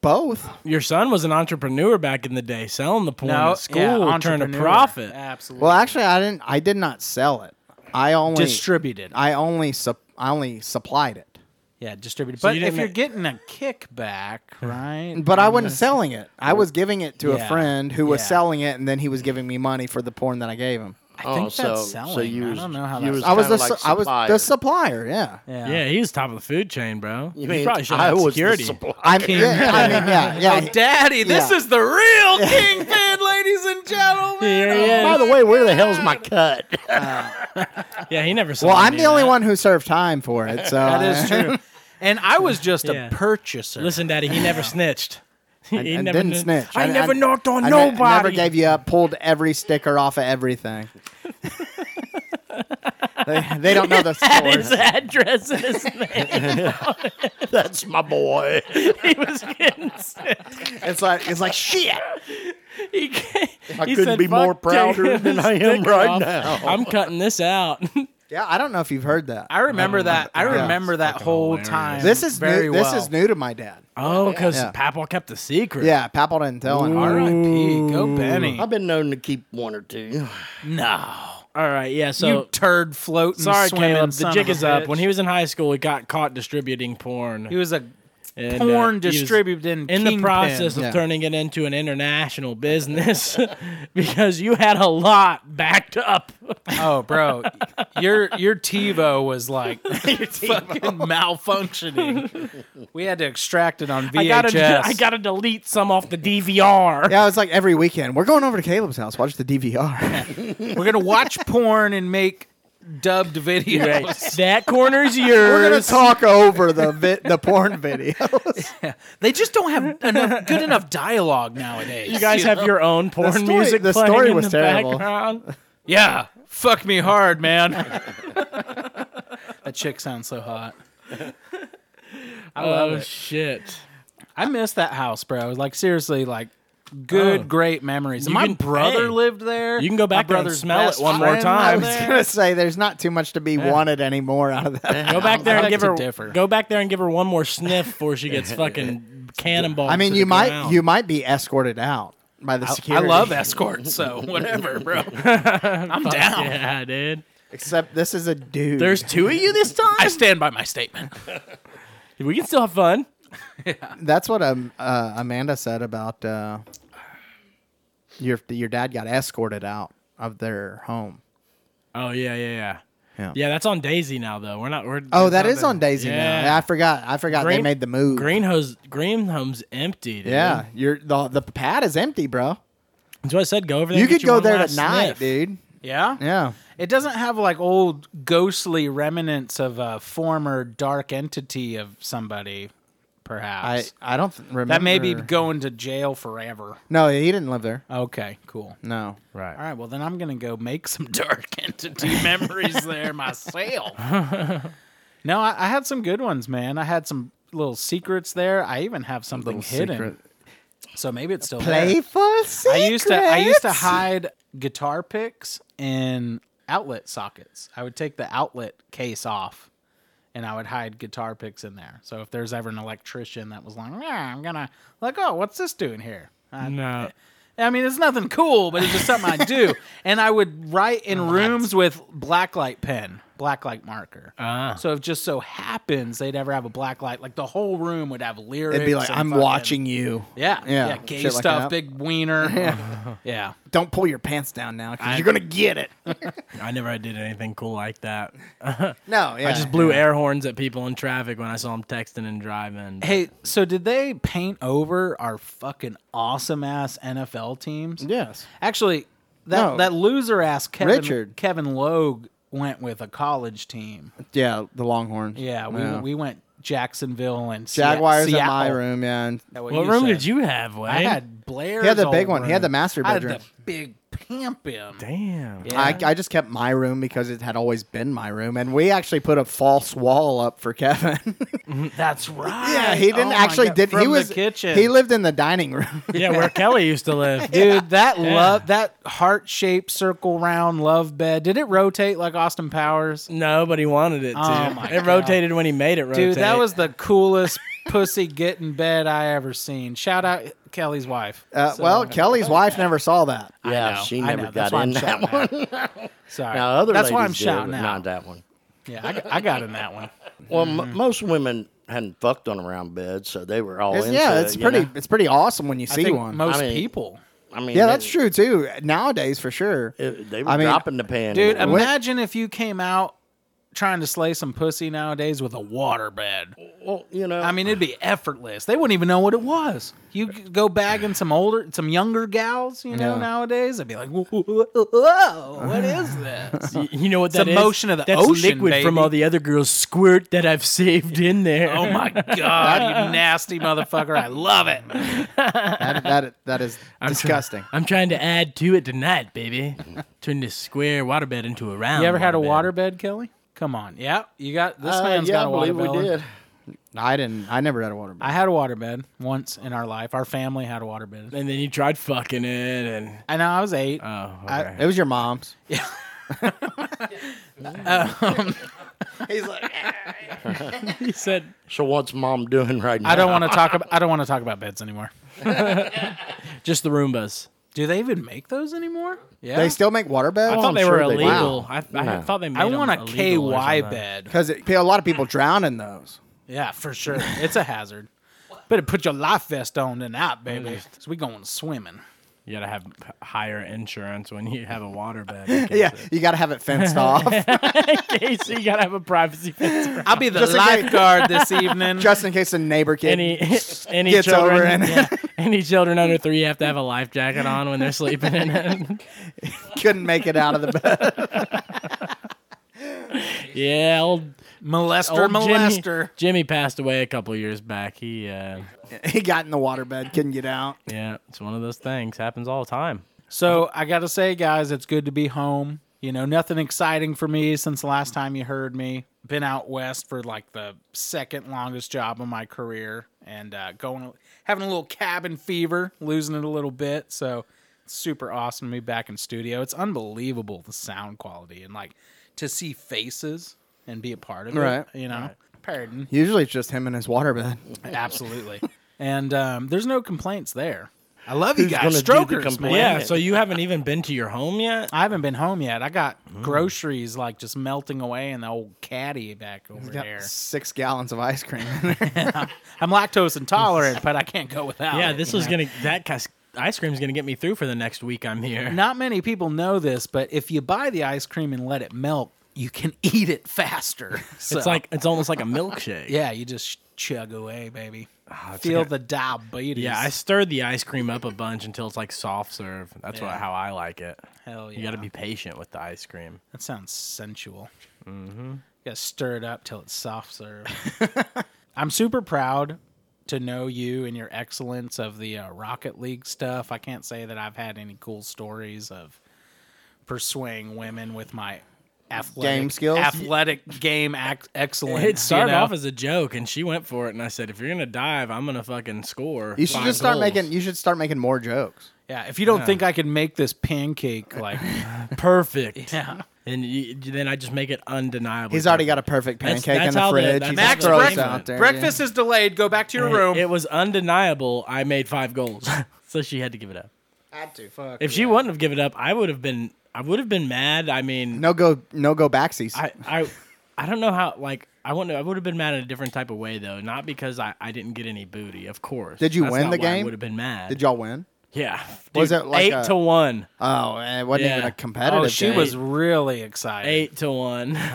both. Your son was an entrepreneur back in the day, selling the porn No, at school, yeah, turned a entrepreneur. profit. Absolutely. Well, actually, I didn't. I did not sell it. I only distributed. I only sup, I only supplied it, yeah, distributed. So but you if didn't you're ma- getting a [laughs] kickback, right? but I wasn't selling it. I was giving it to Mm-hmm. Yeah. a friend who was Yeah. selling it, and then he was giving me money for the porn that I gave him. I think so, that's So selling. you I was, don't know how you that's- was I was the kinda like su- I was supplier. the supplier. Yeah. yeah. Yeah, he was top of the food chain, bro. You mean probably should I have was security. the supplier? I mean, yeah, I mean, [laughs] yeah, yeah. Oh, Daddy, this Yeah. is the real kingpin, ladies and gentlemen. Here he By is. the way, where the hell's my cut? [laughs] Yeah, he never saw. Well, I'm any the of only that. one who served time for it. So That is true. And I was just Yeah. a purchaser. Listen, Daddy, he never snitched. He I, I never didn't kn- snitch. I, never knocked on I ne- nobody. never gave you up. Pulled every sticker off [laughs] of everything. they, they don't [laughs] know the [laughs] his scores. address and his name. That's my boy. he was getting sick. It's like it's like shit. He, ca- I he couldn't said, be more "Fuck taking prouder than this I am sticker right off. [laughs] now." I'm cutting this out. Yeah, I don't know if you've heard that. I remember that. I Yeah. remember that Fucking whole hilarious. time. this is very new, this well. is new to my dad. [laughs] oh, because Yeah. Papal kept the secret. Yeah, Papal didn't tell him. R.I.P. Go Benny. I've been known to keep one or two. No, All right. Yeah. So you turd [laughs] floating. Sorry, swimming Caleb. son The of jig a is up. bitch. When he was in high school, he got caught distributing porn. he was a and, uh, porn he was distributing In the kingpin. process of Yeah. turning it into an international business, [laughs] because you had a lot backed up. [laughs] Oh, bro, your your TiVo was like [laughs] fucking malfunctioning. We had to extract it on [laughs] VHS. I gotta, I gotta delete some off the DVR. Yeah, it was like every weekend. We're going over to Caleb's house. Watch the [laughs] DVR. We're gonna watch porn and make dubbed videos. Right. [laughs] That corner's yours. We're gonna talk over the vi- the porn [laughs] [laughs] video. Oh, They just don't have enough, good enough dialogue nowadays. You [laughs] guys have your own porn story- music the playing story in was the terrible. background. yeah. Fuck me hard, man. [laughs] that chick sounds so hot. I love Oh it. shit! I miss that house, bro. Like seriously, like good, Oh. great memories. And You my can- brother hey, lived there. you can go back my there and brother's smell best it one more friend time. lived I was [laughs] there. gonna say there's not too much to be wanted anymore out of that. Go back there I and beg give to her. differ. Go back there and give her one more sniff before she [laughs] gets fucking cannonball. I mean, you might you [laughs] might be escorted out by the I security. love escorts, so [laughs] whatever, bro. I'm down. Yeah, dude. Except this is a dude. There's two of you this time. I stand by my statement. we can still have fun. That's what um, uh, Amanda said about uh, your your dad got escorted out of their home. Oh yeah, yeah, yeah. Yeah. Yeah, that's on Daisy now though. We're not. We're Oh, it's that not is the- on Daisy yeah. now. I forgot. I forgot they Green- made the move. Green hose, green home's empty. Dude. Yeah, your the the pad is empty, bro. that's what I said. Go over there. You and get could go one there last tonight, sniff. dude. Yeah? Yeah. It doesn't have like old ghostly remnants of a former dark entity of somebody, I, perhaps. I don't th- remember. that may be going to jail forever. No, he didn't live there. Okay, cool. No. Right. All right, well then I'm gonna go make some [laughs] dark entity memories there myself. no, I, I had some good ones, man. I had some little secrets there. I even have something hidden, so maybe it's still there. Playful I used to I used to secrets. hide guitar picks in outlet sockets. I would take the outlet case off and I would hide guitar picks in there. So if there's ever an electrician that was like, yeah, I'm gonna like, oh, what's this doing here? I, No. I mean, it's nothing cool, but it's just something I [laughs] do. And I would write Oh, in rooms with blacklight pen, blacklight marker. Ah. So if just so happens they'd ever have a blacklight, like the whole room would have lyrics. It'd be like, and I'm fucking- watching you. [laughs] yeah, Yeah, yeah, gay shit like stuff, that. big [laughs] wiener. [laughs] Yeah. Don't pull your pants down now because you're gonna get it. I never did anything cool like that. No, yeah. I [laughs] just blew air horns at people in traffic when I saw them texting and driving. Hey, so did they paint over our fucking awesome ass NFL teams? Yes. Actually, that No. that loser ass Kevin Richard. Kevin Logue went with a college team. Yeah, the Longhorns. Yeah, we we went Jacksonville and Se- Jaguars in my Seattle. room, yeah. and- That what room did you have, Wade? I had Blair. He had the big one. He had the master I had bedroom. the big camp him. Damn. Yeah. I, I just kept my room because it had always been my room, and we actually put a false wall up for Kevin. [laughs] That's right. yeah, he Oh didn't my actually God. did. From He was the kitchen. He lived in the dining [laughs] room. Yeah, where Kelly used to live. Dude, that Yeah. love that heart shaped circle round love bed. Did it rotate like Austin Powers? No, but he wanted it to. Oh my it God. rotated when he made it rotate. Dude, that was the coolest pussy getting bed I ever seen. Shout out Kelly's wife. Uh, So- well, Kelly's wife never saw that. Yeah, I know, she I never know. That's got why in I'm that shouting out. one. Sorry. now other That's ladies why I'm did, shouting but out. not that one. Yeah, I, got- I got in that one. Well, m- most women hadn't fucked on a round bed, so they were all It's- into yeah, it, it's you pretty. know? It's pretty awesome when you I see think one. Most I mean- people. I mean, yeah, that's it- true too. Nowadays, for sure. it- they were I mean- dropping the pan, Dude, Well, imagine if you came out trying to slay some pussy nowadays with a water bed. well, you know, I mean, it'd be effortless. They wouldn't even know what it was. You could go bagging some older, some younger gals, you know, Yeah. nowadays. They'd be like, whoa, what is [laughs] this? Y- You know what It's that the is? motion of the That's ocean, liquid from baby. all the other girls' squirt that I've [laughs] saved in there. oh my God, you nasty motherfucker. I love [laughs] it. that, that that [laughs] is disgusting. [laughs] I'm trying to add to it tonight, baby. Turn this square waterbed into a round. You ever had a waterbed. water bed, Kelly? Come on. Yeah, you got this uh, man's yeah, got a I water believe bed. we did. I didn't. I never had a water. bottle. I had a water bed once in our life. Our family had a water bed. And then you tried fucking it, and I know I was eight. Uh, oh, I- [laughs] okay. It was your mom's. [laughs] Um, [laughs] he said, So what's mom doing right now? I don't want to talk [laughs] about. I don't want to talk about beds anymore. "Just the Roombas." Do they even make those anymore? Yeah, They still make water I beds. thought I'm Oh, they sure were they do. illegal. I, I Yeah. thought they. Made I want a them illegal or KY something. bed. because a lot of people drown in those. Yeah, for [laughs] sure. It's a hazard. Better put your life vest on tonight, baby. Mm. 'cause we going swimming. You gotta have h- higher insurance when you have a waterbed. in case [laughs] Yeah, it- you got to have it [laughs] fenced off. [laughs] in case you gotta have a privacy fence. around I'll be the Just in case- lifeguard this [laughs] evening. just in case the neighbor kid. Any any Gets children, over [laughs] and- yeah, any children under three have to have a life jacket on when they're sleeping in it. [laughs] [laughs] couldn't make it out of the bed. Yeah, old molester, old molester. Jimmy, Jimmy passed away a couple years back. He, uh, he got in the water bed, couldn't get out. yeah, it's one of those things. Happens all the time. So I gotta say, guys, it's good to be home. You know, nothing exciting for me since the last time you heard me. Been out west for like the second longest job of my career, and uh, going having a little cabin fever, losing it a little bit. So it's super awesome to be back in studio. It's unbelievable the sound quality and like to see faces and be a part of it. Right. You know, pardon, Usually it's just him and his water bed. absolutely. and um, there's no complaints there. I love you Who's guys, gonna do the strokers, man. complaint? Yeah, Yeah, so you haven't even been to your home yet. I haven't been home yet. I got groceries like just melting away in the old caddy back over Got there. six gallons of ice cream in [laughs] there. I'm lactose intolerant, but I can't go without. Yeah, it, this you was know? gonna that cas- ice cream's gonna get me through for the next week. I'm here. Not many people know this, but if you buy the ice cream and let it melt, you can [laughs] eat it faster. So, It's like it's almost like a [laughs] milkshake. yeah, you just chug away, baby. Feel Ah, like a- the diabetes. Yeah, I stirred the ice cream up a bunch until it's like soft serve. That's what, Yeah. how I like it. hell yeah. You got to be patient with the ice cream. That sounds sensual. Mm-hmm. You gotta stir it up till it's soft serve. [laughs] I'm super proud to know you and your excellence of the uh, Rocket League stuff. I can't say that I've had any cool stories of pursuing women with my athletic Game skills? athletic game ac- excellence. It started you know? off as a joke, and she went for it. And I said, "If you're gonna dive, I'm gonna fucking score." You should five just start goals." making. You should start making more jokes. yeah. If you don't think I can make this [laughs] pancake, like [laughs] [laughs] perfect. yeah. And you, then I just make it undeniable. He's already got a perfect That's- pancake that's in how the the- fridge. that's He just how Max, the throws breakfast- it out there, breakfast is delayed. Go back to your room. It, it was undeniable. I made five goals, [laughs] so she had to give it up. Fuck. If she wouldn't have given it up, I would have been. I would have been mad. I mean, Yeah. No go. No go backsies. I, I, I don't know how. Like, I wouldn't. I would have been mad in a different type of way though. Not because I, I didn't get any booty. Of course. Did you That's win not the why I game? would have been mad. Did y'all win? Yeah. Was Dude, it like uh, eight a- to one? Oh, it wasn't Yeah. even a competitive. oh, she game. was really excited. Eight to [laughs] one. [laughs]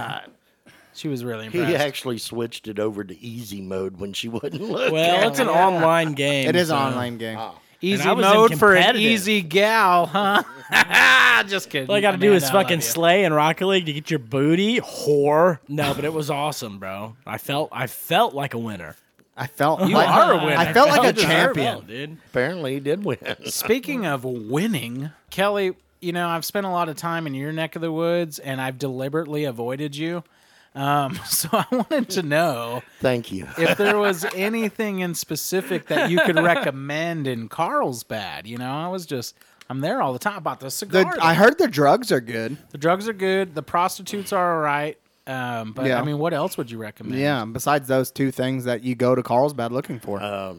She was really He impressed. actually switched it over to easy mode when she [laughs] wouldn't look. Well, it's an [laughs] online game. It is so- an online game. Easy I was in mode for an competitive. easy gal, [laughs] huh? Just kidding. All I got to do Amanda, is I fucking love you. slay in Rocket League to get your booty, whore. No, but it was awesome, bro. I felt I felt like a winner. I felt. You like, are a winner. I felt like a deserved it, champion. dude. [laughs] apparently he did win. Speaking of winning, Kelly, you know, I've spent a lot of time in your neck of the woods, and I've deliberately avoided you. Um, [laughs] so I wanted to know Thank you. if there was anything in specific that you could recommend in Carlsbad. You know, I was just I'm there all the time about the cigar. The, I thing. heard the drugs are good. the drugs are good. The prostitutes are all right. Um, but Yeah. I mean, what else would you recommend? Yeah. Besides those two things that you go to Carlsbad looking for. I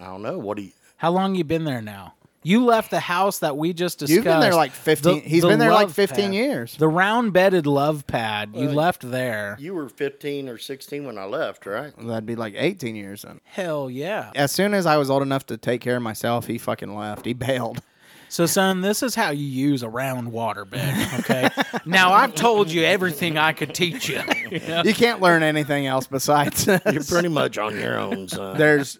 don't know. What do you? How long you been there now? You left the house that we just discussed. You've been there like fifteen. He's he's been there like fifteen years. The round bedded love pad. You left there. You were 15 or 16 when I [laughs] left, right? That'd be like eighteen years. Then. Hell yeah. As soon as I was old enough to take care of myself, he fucking left. He bailed. So, son, this is how you use a round water [laughs] bed. Okay. now I've told you everything I could teach you. You can't learn anything else besides. You're this. pretty much on your [laughs] own, [laughs] son. There's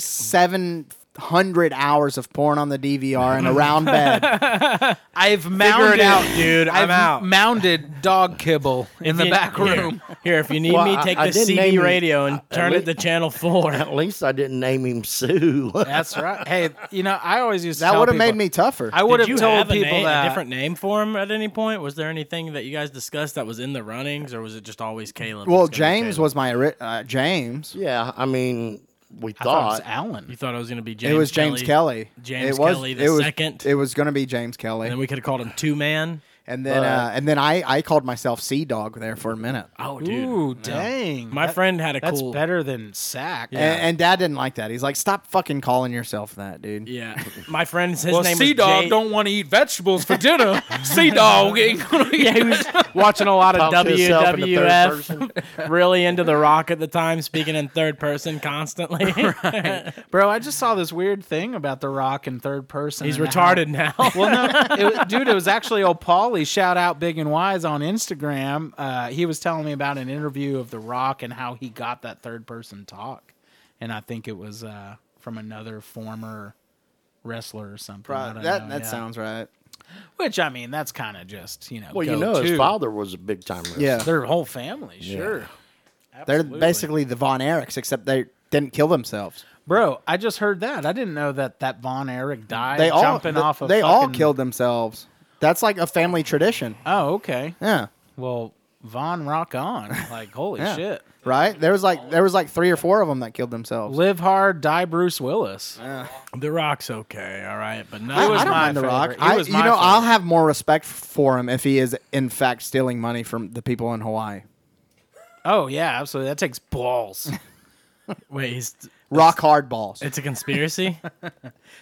eighty-seven hundred hours of porn on the DVR in a round bed. I've Figure mounted it out, dude. I'm I've out. mounded dog kibble in the You- back here. room. Here, if you need Well, me, I- take I the didn't CD name you. radio Uh, and turn we- it to channel [laughs] four. At least I didn't name him Sue. [laughs] That's right. Hey, you know, I always used to That tell would have made people- me tougher. I would Did have you told have a, people name, that a different name for him at any point? Was there anything that you guys discussed that was in the runnings, or was it just always Caleb? well, It's gonna be James Caleb. was my ori- uh, James. yeah, I mean, we I thought it was thought. Alan. You thought it was going to be James. It was James Kelly. James it was, Kelly the it was, second. It was going to be James Kelly. Then we could have called him Two Man. And then, uh, and then I, I called myself Sea Dog there for a minute. Oh, dude. Ooh, dang. My That- friend had a That's cool. better than sack. A- And, Dad didn't like that. He's like, "Stop fucking calling yourself that, dude." Yeah, my friend. His well, name Sea was Dog Jay- don't want to eat vegetables [laughs] for dinner. Sea Dog ain't gonna eat. Uh, Yeah, he was watching a lot of Talk to yourself in the third [laughs] WWF. really into the Rock at the time, speaking in third person [laughs] constantly. Bro, I just saw this weird thing about The Rock in third person. He's and how- retarded now. [laughs] [laughs] Well, no, it, was- dude, it [laughs] was actually old Paulie. Shout out Big and Wise on Instagram. Uh, he was telling me about an interview of The Rock and how he got that third person talk, and I think it was uh, from another former wrestler or something. I Right. don't That know, that yeah. sounds right. Which I mean, that's kind of just you know. Well, you go know, his to. father was a big time wrestler. Yeah, their whole family. Sure. they're Absolutely. basically the Von Erichs, except they didn't kill themselves. Bro, I just heard that. I didn't know that that Von Erich died They all jumping th- off of they all fucking- killed themselves. That's like a family tradition. Oh, okay. Yeah, Well, Von [laughs] Rock on. Like, holy yeah. shit. Right? There was like there was like three or four of them that killed themselves. Live hard, die Bruce Willis. the Rock's okay, all right, but no, I, I don't my mind The Rock. favorite. He I, was you know, my I'll favorite. have more respect for him if he is in fact stealing money from the people in Hawaii. Oh yeah, absolutely. That [laughs] takes balls. wait, he's, Rock hard balls. it's a conspiracy.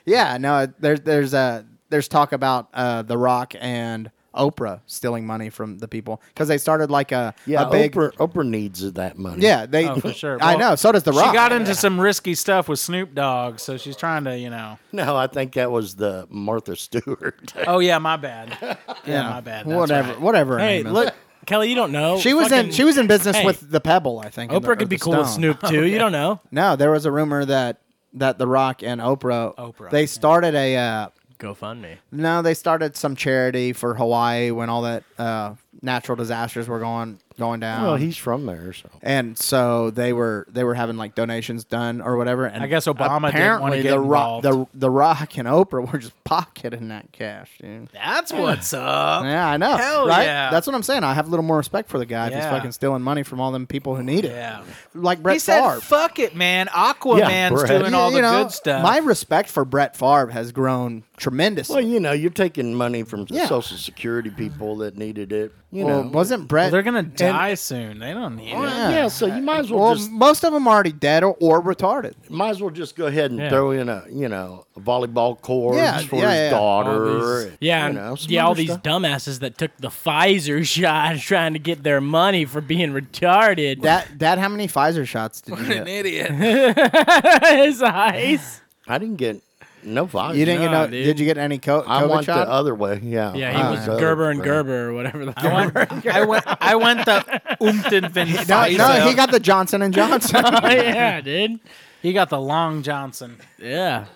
Yeah, no, it- there's there's uh, there's talk about uh, The Rock and Oprah stealing money from the people because they started like a Yeah, a big Oprah, Oprah needs that money. yeah they Oh, for sure. I Well, know so does The she Rock. got into some risky stuff with Snoop Dogg, so she's trying to, you know. [laughs] No, I think that was the Martha Stewart. Oh yeah, my bad. [laughs] Yeah, my bad. That's whatever right. whatever. her hey, name is. look, Kelly, you don't know. she was in Fucking- she was in business Hey, with the Pebble I think. and the- Oprah or could be the cool with Stone. Snoop too. You don't [laughs] know. No, there was a rumor that that The Rock and Oprah Oprah, they yeah. started a uh, Go fund me. no they started some charity for Hawaii when all that uh, natural disasters were going going down. well, he's from there, so. and so they were they were having like donations done or whatever. And I guess Obama didn't wanna apparently get the Rock, the involved. the Rock and Oprah were just [laughs] pocketing that cash, dude. That's what's up. Yeah, I know. Hell right? yeah. That's what I'm saying. I have a little more respect for the guy if he's Yeah. fucking stealing money from all them people who need it. Yeah. Like Brett he said, Favre. "Fuck it, man. Aquaman's Brett. doing all You the know, good stuff." My respect for Brett Favre has grown tremendously. Well, you know, you're taking money from the Yeah. Social Security people that needed it. You Well, know, wasn't Brett? Well, they're gonna die soon. They don't need it. yeah. So you might as well, Well, just most of them are already dead or, or retarded. [laughs] might as well just go ahead and Yeah. throw in a you know a volleyball course Yeah, for yeah, his yeah. daughter. and, Yeah, you and- know, some yeah, other all these stuff. dumbasses that took the Pfizer [laughs] shot trying to get their money for being retarded. [laughs] Dad, Dad, how many Pfizer shots did you What an get? idiot. his eyes. I didn't get no fire. You didn't get No, no. dude. Did you get any co- COVID I want shot? the other way. Yeah. Yeah, he I was want the Gerber other and way. Gerber or [laughs] whatever the fuck. I went, I went. I [laughs] went the Umtenven. No, no, he got the Johnson [laughs] and Johnson. Oh, yeah, dude. He got the long Johnson. Yeah.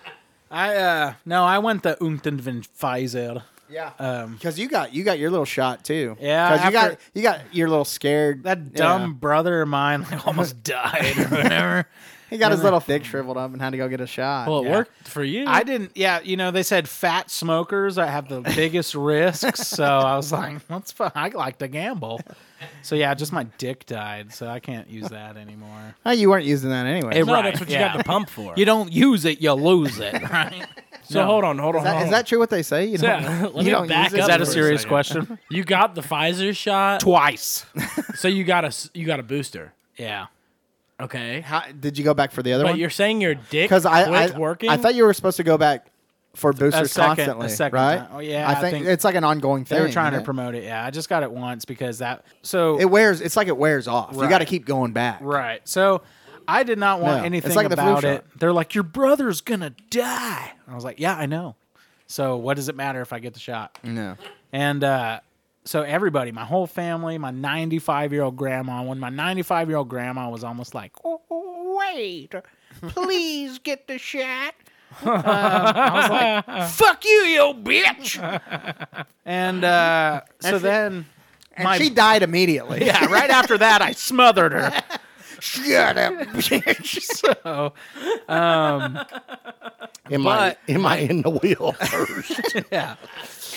I uh no, I went the Umtenven Pfizer. yeah, Um, because you got you got your little shot too. Yeah, because you after- got you got your little scared. that yeah. [laughs] dumb brother of mine like almost died or whatever. He got his little fig shriveled up and had to go get a shot. Well, it Yeah. worked for you. I didn't. Yeah, you know they said fat smokers that have the biggest risks. So I was like, "What's fun? I like to gamble." So yeah, just my dick died, so I can't use that anymore. Oh, you weren't using that anyway. It- Is no, right, that's what you yeah. got the pump for. You don't use it, you lose it, [laughs] right? so hold on, hold on. that, hold is on. that true what they say? You Yeah, don't, [laughs] let me you don't back up use it? Is that a For a serious second. question? You got the Pfizer shot, [laughs] Twice. so you got a s- you got a booster. Yeah. Okay, How, did you go back for the other but one? you're saying your dick Because quit I, I, working. I thought you were supposed to go back for boosters second- constantly, a second right? time. Oh, yeah, I I think, think- it's like an ongoing thing. They were trying isn't to it? promote it. Yeah, I just got it once because that. So It wears. It's like it wears off. You got to Right. keep going back. right. So I did not want No, it's anything like the flu about shot. it. They're like, your brother's gonna die. I was like, yeah, I know. So what does it matter if I get the shot? No. And uh, so everybody, my whole family, my 95 year old grandma, when my 95 year old grandma was almost like, oh, wait, please get the shot. um, I [laughs] was like, fuck you, you old bitch. And uh, so then, And My- she died immediately. yeah, right after that, I smothered her. Shut up. [laughs] So, Am I am I in [laughs] the wheel first? yeah.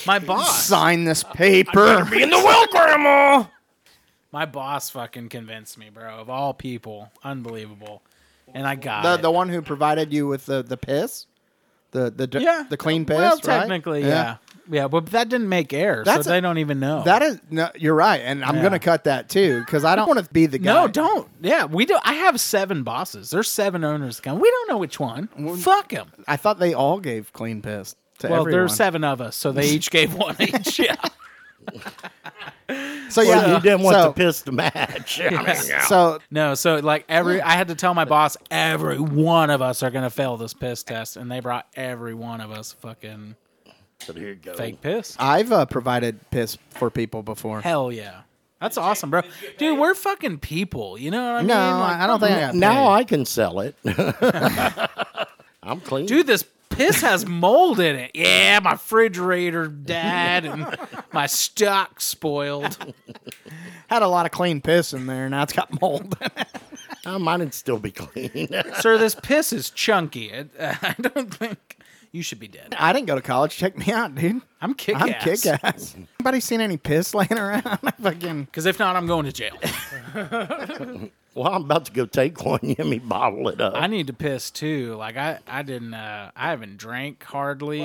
My boss, Sign this paper. in the will, Grandma. my boss fucking convinced me, bro, of all people. Unbelievable. And I got The it. the one who provided you with the, the piss, the the d- Yeah. the clean piss. Well, right? technically, yeah. yeah, but that didn't make air, That's a- so they don't even know. That is no. You're right, and I'm Yeah. gonna cut that too because I don't want to be the guy. no, don't. Yeah, we do. I have seven bosses. There's seven owners. Come, we don't know which one. Fuck them. I thought they all gave clean piss to Well, everyone. there's seven of us, so they each gave one each. [laughs] Yeah. So yeah, Well, you didn't want so, to piss the match. [laughs] [laughs] I mean, yeah. So No, so like every, I had to tell my boss every one of us are gonna fail this piss test, and they brought every one of us fucking So here you go. fake piss. I've uh, provided piss for people before. Hell yeah, that's awesome, bro. Dude, we're fucking people. You know what I mean? no, Like, I don't think I got Now paid. I can [laughs] sell it. [laughs] I'm clean. dude, this piss has mold in it. Yeah, my refrigerator died and my stock spoiled. had a lot of clean piss in there. Now it's got mold. [laughs] I mine'd still be clean. [laughs] Sir, this piss is chunky. It, [laughs] I don't think you should be dead. I didn't go to college. Check me out, dude. I'm kick I'm kick ass. Anybody seen any piss laying around? [laughs] I fucking. Because if not, I'm going to jail. well, I'm about to go take one. [laughs] You me bottle it up. I need to piss too. Like I, I didn't. Uh, I haven't drank hardly.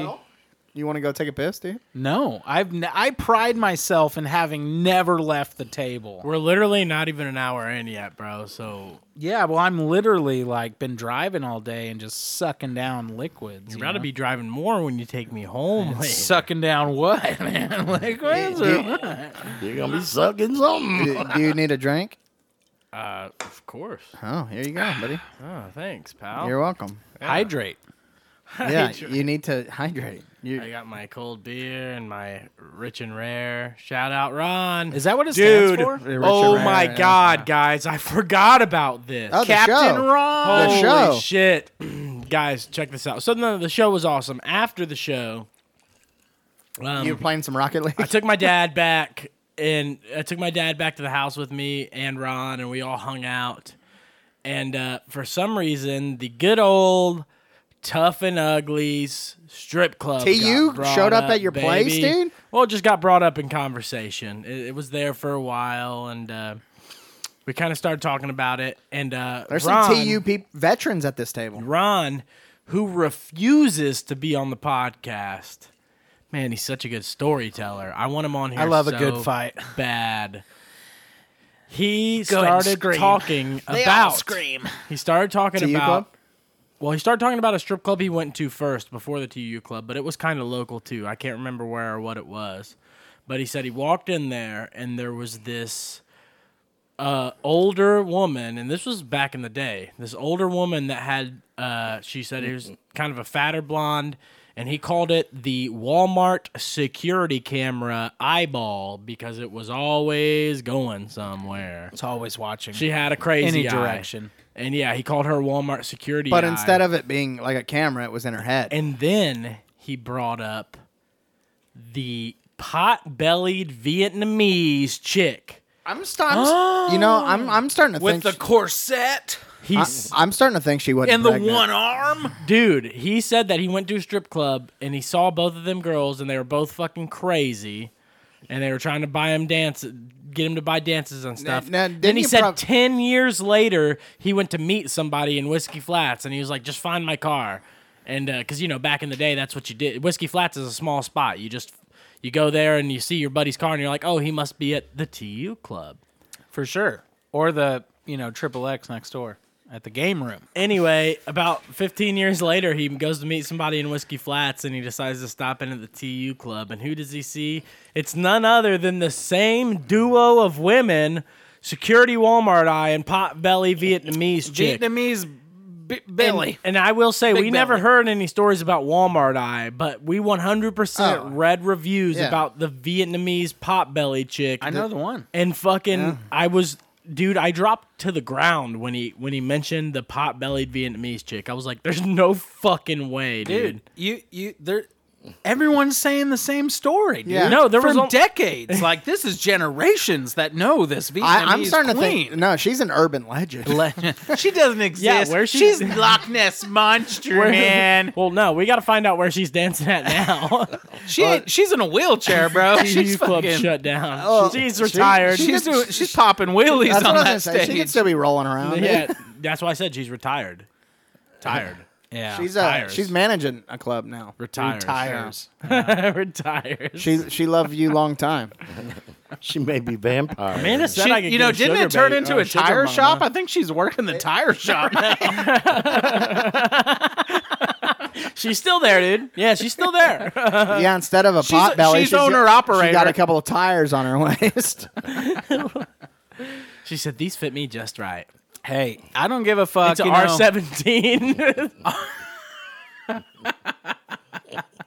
You want to go take a piss, dude? no, I've. N- I pride myself in having never left the table. We're literally not even an hour in yet, bro. So Yeah, well, I'm literally like been driving all day and just sucking down liquids. you You got to [laughs] know? be driving more when you take me home. later. sucking down what, [laughs] man? Liquids or what? You're gonna be [laughs] sucking something. Do, do you need a drink? Uh, of course. Oh, here you go, buddy. Oh, thanks, pal. You're welcome. Hydrate. Yeah, you need to hydrate. You, I got my cold beer and my rich and rare. Shout out, Ron. Is that what it stands Dude, for? and oh rare, my yeah. God, guys, I forgot about this. Oh, the Captain show. Ron. the Holy show. shit. [clears throat] guys, check this out. So, no, the show was awesome. After the show, um, You were playing some Rocket League. I took my dad back, and I took my dad back to the house with me and Ron, and we all hung out. And uh, for some reason, the good old Tough and Uglies strip club. got TU brought showed up at your place, baby. dude? Well, it just got brought up in conversation. It, it was there for a while, and uh, we kind of started talking about it. And uh, [laughs] There's Ron- some TU peop veterans at this table. Ron, who refuses to be on the podcast. Man, he's such a good storyteller. I want him on here. I love a so good fight. Bad. He Go ahead and started scream. talking They all about. scream. He started talking TU about. club? Well, he started talking about a strip club he went to first before the TU club, but it was kind of local too. I can't remember where or what it was. But he said he walked in there and there was this uh, older woman, and this was back in the day. This older woman that had, uh, she said it was kind of a fatter blonde, and he called it the Walmart security camera eyeball because it was always going somewhere. It's always watching. She had a crazy Any eye. direction. And yeah, he called her Walmart security. But eye. instead of it being like a camera, it was in her head. And then he brought up the pot bellied Vietnamese chick I'm starting. you know, I'm I'm starting to with think. the corset. He's I'm starting to think she wasn't And the pregnant. one arm. dude. He said that he went to a strip club and he saw both of them girls and they were both fucking crazy, and they were trying to buy him dance, get him to buy dances and stuff. now, then didn't he you said prob- ten years later he went to meet somebody in Whiskey Flats and he was like, just find my car, and because you know back in the day that's what you did. Whiskey Flats is a small spot. You just you go there and you see your buddy's car and you're like, oh, he must be at the TU club. For sure. Or the, you know, triple X next door at the game room. Anyway, about 15 years later, he goes to meet somebody in Whiskey Flats and he decides to stop in at the TU club. And who does he see? It's none other than the same duo of women, security Walmart eye and pot belly Vietnamese chick. Vietnamese B- Billy. And I will say, Big we never belly. heard any stories about Walmart Eye, but we 100% Oh. read reviews Yeah. about the Vietnamese potbelly chick. I know the one. And fucking, I was, dude, I dropped to the ground when he when he mentioned the pot bellied Vietnamese chick. I was like, "There's no fucking way, dude." Dude, you, you, there. Everyone's saying the same story, dude. Yeah. No, there For was al- decades. like this is generations that know this Vietnamese I, I'm starting queen. to think. No, she's an urban legend. she doesn't exist. where she- [laughs] she's Loch Ness [laughs] monster, man. [laughs] well, no, we got to find out where she's dancing at now. [laughs] [laughs] She ain't, she's in a wheelchair, [laughs] bro. she's she's club fucking, shut down. Oh, she's she- retired. she- She's doing. [laughs] She's popping [laughs] wheelies That's on what I that was gonna say. She stage. could still be rolling [laughs] around. yeah, that's why I said she's retired. [laughs] Tired. yeah, She's uh, Tires. she's managing a club now. Retires. tires. [laughs] retires. She she loved you long [laughs] time. She may be vampire. Amanda said She- I could you know, get a didn't sugar it turn baby- into oh, a sugar tire mama. shop? I think she's working the [laughs] tire shop now. She's still there, dude. Yeah, she's still [laughs] there. Yeah, instead of a pot belly, she's owner She got operator. a couple of tires on her [laughs] waist. she said these fit me just right. Hey, I don't give a fuck. It's a you know. R [laughs] seventeen. [laughs]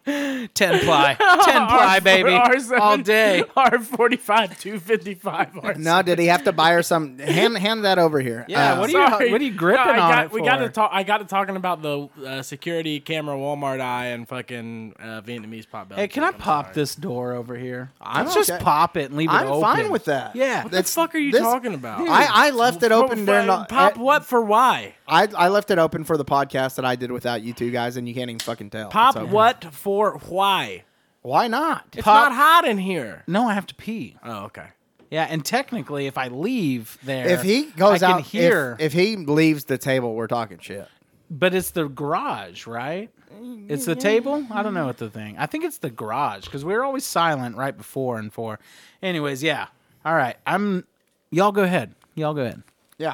10 [laughs] [laughs] ply, 10 ply, baby, R7, all day. R forty five, two fifty five. R. no, did he have to buy her some? Hand hand that over here. Yeah, Uh, what do you- what are you gripping I on got, it We got to for? talk. I got to talking about the uh, security camera, Walmart eye, and fucking uh, Vietnamese pot belly. Hey, can I chick. I'm pop sorry. this door over here? I'm Let's just Oh, okay. pop it and leave it I'm open. fine with that. What Yeah. What the That's- fuck are you this- talking about? I, I left it Well, open for- during the, eh, pop what for why? I, I left it open for the podcast that I did without you two guys, and you can't even fucking tell. Pop So- what for why? Why not? It's Pop- not hot in here. No, I have to pee. Oh, okay. Yeah, and technically, if I leave there, If he goes I can out hear. if, if he leaves the table, we're talking shit. but it's the garage, right? It's the table. I don't know what the thing. I think it's the garage because we were always silent right before and for. Anyways, yeah. All right, I'm. Y'all go ahead. Y'all go ahead. Yeah.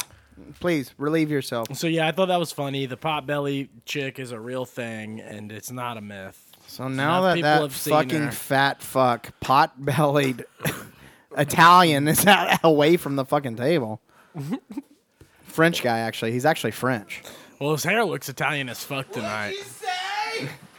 Please relieve yourself. So yeah, I thought that was funny. The pot belly chick is a real thing, and it's not a myth. So now Enough that people that have seen her. fucking fat fuck pot bellied [laughs] Italian is out [laughs] away from the [laughs] fucking table. French guy, actually, he's actually French. Well, his hair looks Italian as fuck tonight.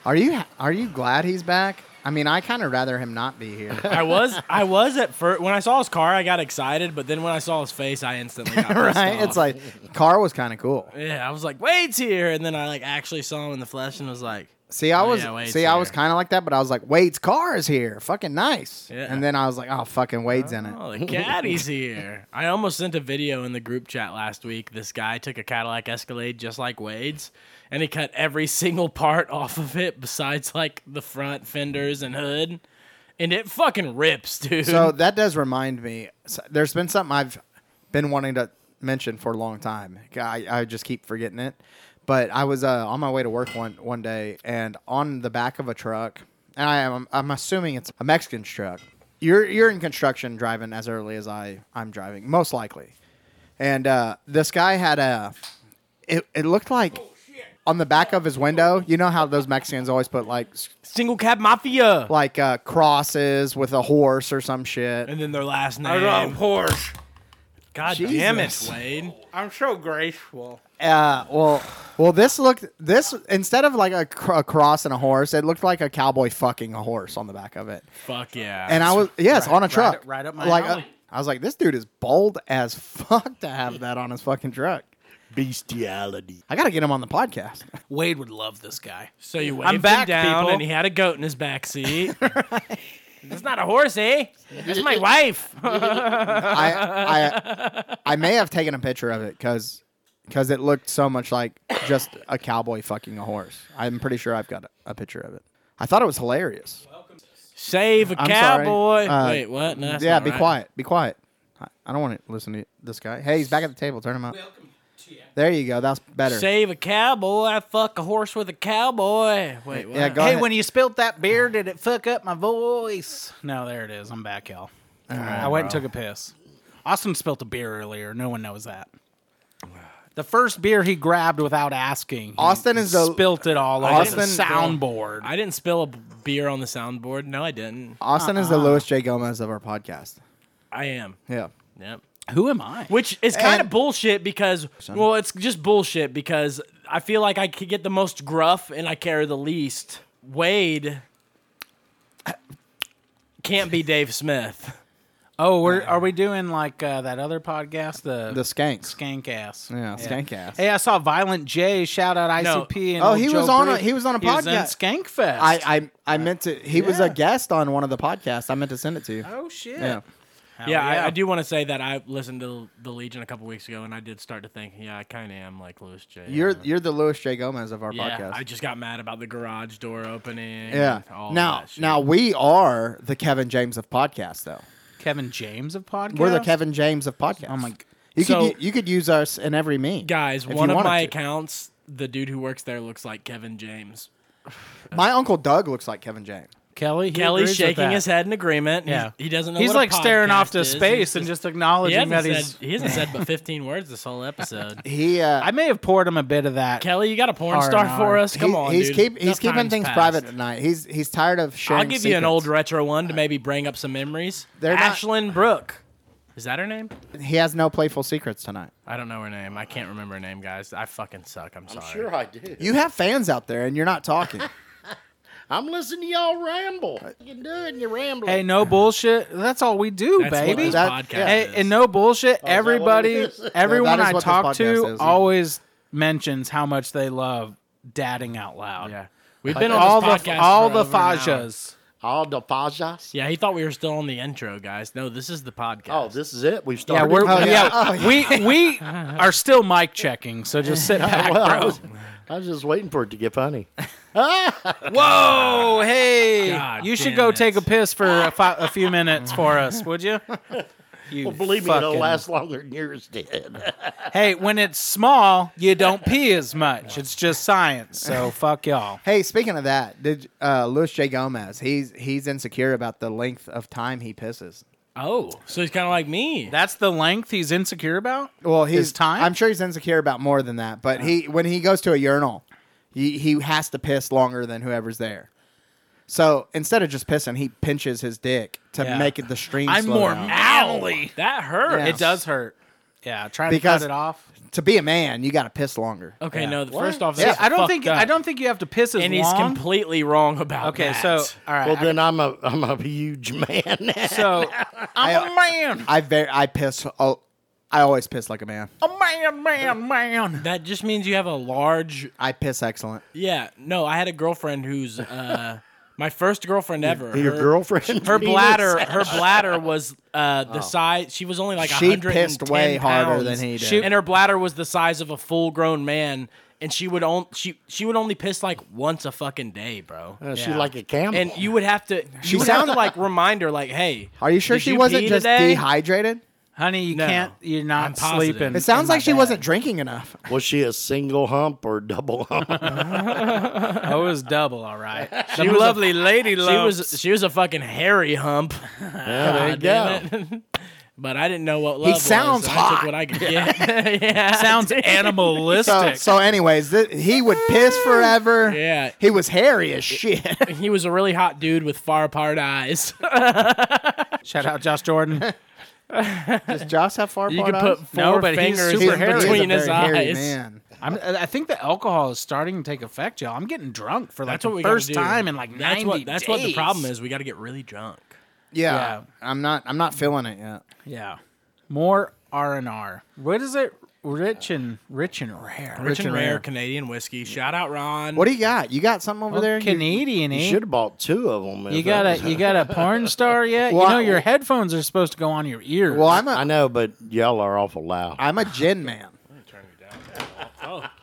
Are you are you glad he's back? I mean, I kind of rather him not be [laughs] here. [laughs] I was I was at first when I saw his car, I got excited, but then when I saw his face, I instantly [laughs] got pissed right? off. It's like car was kind of cool. yeah, I was like, Wade's here, and then I like actually saw him in the flesh and was like, See, I Oh, was yeah, Wade's see, I was here. kind of like that, but I was like, Wade's car is here, fucking nice. Yeah. And then I was like, oh, fucking Wade's in it. Oh, the [laughs] caddy's here. I almost sent a video in the group chat last week. This guy took a Cadillac Escalade just like Wade's, and he cut every [laughs] single part off of it besides like the front fenders and hood. And it fucking rips, dude. So that does remind me. s- There's been something I've been wanting to mention for a long time. I, I just keep forgetting it. But I was uh, on my way to work one one day, and on the back of a truck, and I am I'm assuming it's a Mexican truck. You're you're in construction driving as early as I I'm driving, most likely. And uh, this guy had a. It, it looked like on the back of his window. You know how those Mexicans always put like s- single cab mafia. like uh, crosses with a horse or some shit. And then their last name. horse. God damn it, Wade. I'm so graceful. Uh, well, well, this looked this instead of like a, cr- a cross and a horse, it looked like a cowboy fucking a horse on the back of it. Fuck yeah. And I was yes on a truck, right up my like alley. uh, I was like, this dude is bold as fuck to have that on his fucking truck. Bestiality. I gotta get him on the podcast. Wade would love this guy. So you waved back, him down, people. and he had a goat in his back [laughs] seat. That's not a horse, eh? That's my wife. [laughs] Uh, I I I may have taken a picture of it because because it looked so much like just a cowboy fucking a horse. I'm pretty sure I've got a, a picture of it. I thought it was hilarious. Save a I'm sorry. cowboy. Uh, Wait, what? No, that's yeah, not be right. quiet. Be quiet. I, I don't want to listen to this guy. Hey, he's back at the table. Turn him up. There you go. That's better. Save a cowboy. I fuck a horse with a cowboy. Wait, what? yeah, go hey, ahead. when you spilt that beer, did it fuck up my voice? No, there it is. I'm back, y'all. I went and took a piss. Austin spilt a beer earlier. No one knows that. The first beer he grabbed without asking, he Austin is the- spilt it all over Austin- the soundboard. I didn't spill a b- beer on the soundboard. No, I didn't. Austin is the Louis J. Gomez of our podcast. I am. Yeah. Yep. Who am I? Which is kind And- of bullshit because, well, it's just bullshit because I feel like I could get the most gruff and I carry the least. Wade can't be Dave Smith. Oh, we're, are we doing like uh, that other podcast, the The Skanks. Skank Ass? Yeah, Skank Ass. Hey, I saw Violent J. Shout out No. ICP. And Oh, old he Joe was on a- Briggs. he was on a He was in podcast. Skank Fest. I, I I meant to. He was Yeah. a guest on one of the podcasts. I meant to send it to you. oh shit. Yeah. Oh, Hell Yeah, I, I do want to say that I listened to the Legion a couple weeks ago, and I did start to think, yeah, I kind of am like Louis J. Uh, You're you're the Louis J. Gomez of our yeah, podcast. I just got mad about the garage door opening. yeah. and all Now that shit. now we are the Kevin James of podcasts though. Kevin James of podcast. We're the Kevin James of podcasts. Oh my g- You So- could u- you could use us in every meme, guys, if you one of wanted my to. accounts, the dude who works there looks like Kevin James. My uncle Doug looks like Kevin James. Kelly. he Kelly's agrees with shaking that. his head in agreement. and Yeah. he's- he doesn't know. He's what a like staring off podcast to is. space He's and just He acknowledging that hasn't, he's. said, he hasn't said [laughs] but 15 words this whole episode. He uh, I may have poured him a bit of that. Kelly, you got a porn R&R. star for us? Come he- on, he's dude. keep he's Enough keeping time's things passed. private at night. He's he's tired of sharing. I'll give you an secrets. old retro one to maybe bring up some memories. They're not- Ashlyn Brooke. Is that her name? He has no playful secrets tonight. I don't know her name. I can't remember her name, guys. I fucking suck. I'm sorry. I'm sure I did. You have fans out there, and you're [laughs] not talking. I'm listening to y'all ramble. You can do it and you're rambling. Hey, no bullshit. That's all we do, That's what baby. this That- podcast yeah. is. Hey, and no bullshit. Oh, is that what it Everybody, is? [laughs] Yeah, that is everyone I what this talk podcast to is. always mentions how much they love dadding out loud. yeah, we've been on all this the podcast all for the over an hour. fajas. All the pajas. Yeah, he thought we were still on the intro, guys. No, this is the podcast. Oh, this is it. We've Yeah, started. we're Oh, yeah. yeah. Oh, we [laughs] we are still mic checking. So just [laughs] sit [laughs] back, well, I bro. was, I was just waiting for it to get funny. [laughs] Whoa, hey! God you should damn go it. take a piss for a, fi- a few minutes for us, would you? [laughs] You Well, believe me, it'll fucking- last longer than [laughs] yours did. Hey, when it's small, you don't pee as much. It's just science. So fuck y'all. hey, speaking of that, did uh, Luis J. Gomez? He's he's insecure about the length of time he pisses. Oh, so he's kind of like me. That's the length he's insecure about. Well, he's His time? I'm sure he's insecure about more than that. But he when he goes to a urinal, he he has to piss longer than whoever's there. So instead of just pissing, he pinches his dick to Yeah. make it the stream. I'm slow more down. manly. that hurt. Yeah. It does hurt. Yeah, trying Because- to cut it off. to be a man, you got to piss longer. Okay, Yeah. no. The first off, See, that's I don't fucked think up. I don't think you have to piss as And he's long. completely wrong about okay, that. so all right. well, then I'm a I'm a huge man. [laughs] so I'm a man, I very I piss. Oh, I always piss like a man. a man, man, man. that just means you have a large. I piss excellent. Yeah, no. I had a girlfriend who's [laughs] uh, my first girlfriend ever. [laughs] your Her- girlfriend, Her penis? bladder, [laughs] her bladder was uh, the size. She was only like Oh. She 110 pissed way harder than pounds, he did. she- and her bladder was the size of a full-grown man. And she would only she she would only piss like once a fucking day, bro. Uh, She like a camel. And you would have to she would have sounded- to like remind her like, hey, Are you sure did she wasn't pee just today? dehydrated? Honey, you can't. You're I'm not positive. sleeping. It sounds in my like she bed. wasn't drinking enough. was she a single hump or double hump? Oh, it was double, all right. The was a- lovely lady She loves. was she was a fucking hairy hump. yeah, there you God damn [laughs] it. but I didn't know what love was, sounds and I hot. took what I could [laughs] get. [laughs] yeah. sounds So, animalistic. so anyways, th- he would piss [laughs] forever. Yeah. He was hairy [laughs] as shit. He was a really hot dude with far apart eyes. [laughs] [laughs] Shout out Josh Jordan. Does [laughs] Josh have far You could put No, four but he's fingers super he's, hairy. between he's a his very hairy eyes. man. I'm, I think the alcohol is starting to take effect, y'all. I'm getting drunk for [laughs] like That's what the we gotta first do. time in like 90 That's what that's what the days. problem is. We got to get really drunk. Yeah, Yeah. I'm not. I'm not feeling it yet. Yeah. More R&R. What is it? Rich and rich and rare. Rich, and and rare rare. Canadian whiskey. Shout out Ron. What do you got? You got something over Well, there? You- Canadian, You eh? should have bought two of them. You got a you got a porn star yet? Well, you know I- your headphones are supposed to go on your ears. well, I'm a. I know, but y'all are awful loud. I'm a gin man.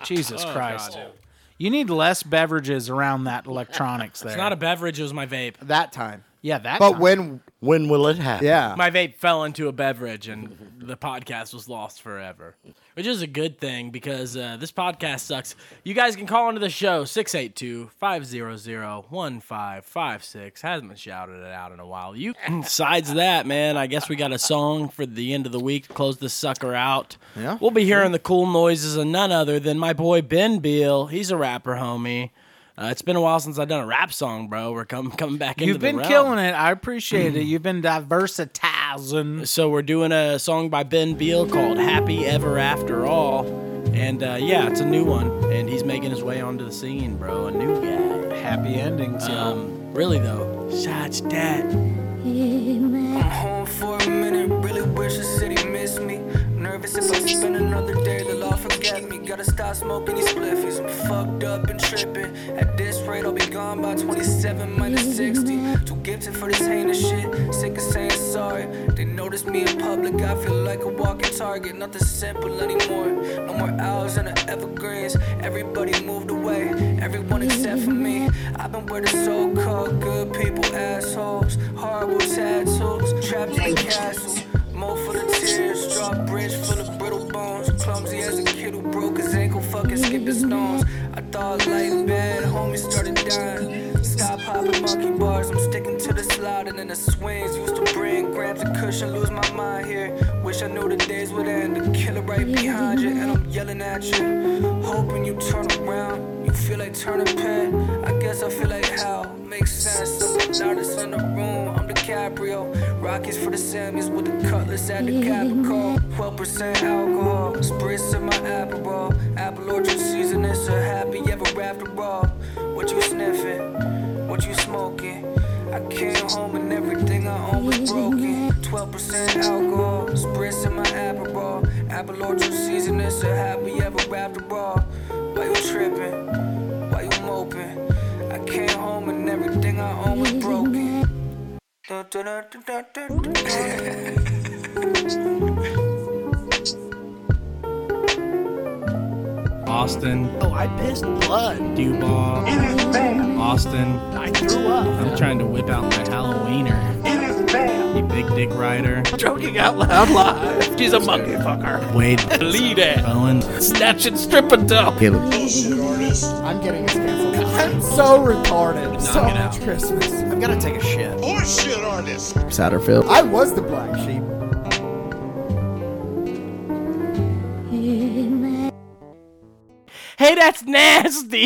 Jesus Christ. Oh, God, dude. You need less beverages around that electronics there. It's not a beverage. It was my vape. that time. yeah, that. But time. when, When will it happen? yeah, My vape fell into a beverage, and the podcast was lost forever, which is a good thing because uh, this podcast sucks. You guys can call into the show 682-500-1556. Hasn't been shouted it out in a while. You [laughs] besides that, man, I guess we got a song for the end of the week. to Close this sucker out. Yeah. we'll be hearing the cool noises of none other than my boy Ben Beal. He's a rapper, homie. Uh, it's been a while since I've done a rap song, bro. We're coming coming back into you've been the realm. Mm. killing it, I appreciate it. You've been diversitizing. So we're doing a song by Ben Beal called "Happy Ever After All," and uh, yeah, it's a new one, and he's making his way onto the scene, bro. A new guy. Happy endings. yo. Um, really though, shots that. home for a minute. Really wish the city missed me. Nervous if I spend another day, they'll all forget me. Gotta stop smoking these bliffies. I'm fucked up and tripping. At this rate, I'll be gone by 27 minus 60. Too gifted for this heinous shit. Sick of saying sorry. They notice me in public. I feel like a walking target. Nothing simple anymore. No more owls and the evergreens. Everybody moved away. Everyone except for me. I've been where the so-called good people assholes. Horrible tattoos. Trapped in a castle. More for the tears, drop bridge full of brittle bones. Clumsy as a kid who broke his ankle, fucking skipping stones. I thought life bad, homie started dying. Stop hopping monkey bars, I'm sticking to the slide and then the swings. Used to bring grabs and cushion, lose my mind here. Wish I knew the days would end. The killer right behind you, and I'm yelling at you. Hoping you turn around, you feel like turning pen. I guess I feel like how makes sense. I'm the loudest in the room, I'm DiCaprio. Rockies for the Sammys with the cutlass at the Capricorn. 12% alcohol, spritz in my Aperol. Apple orchard season, it's a happy ever after all. What you sniffing? What you smoking? I came home and everything I own was broken. 12% alcohol, spritz in my Aperol. Apple orchard season, it's a happy ever after all. Why you tripping? Why you moping? I came home and everything I own was broken. Austin. Oh, I pissed blood. Dew bomb. Austin. I threw up. I'm trying to whip out my Halloweener. You big dick rider. Joking out loud live. She's a monkey fucker. Wade Lead it. Bowen. Snatch and strip and dump. I'm getting us canceled. I'm so retarded. So it out. much Christmas. I'm gonna take a shit. Bullshit artist. Satterfield. I was the black sheep. Hey, that's nasty.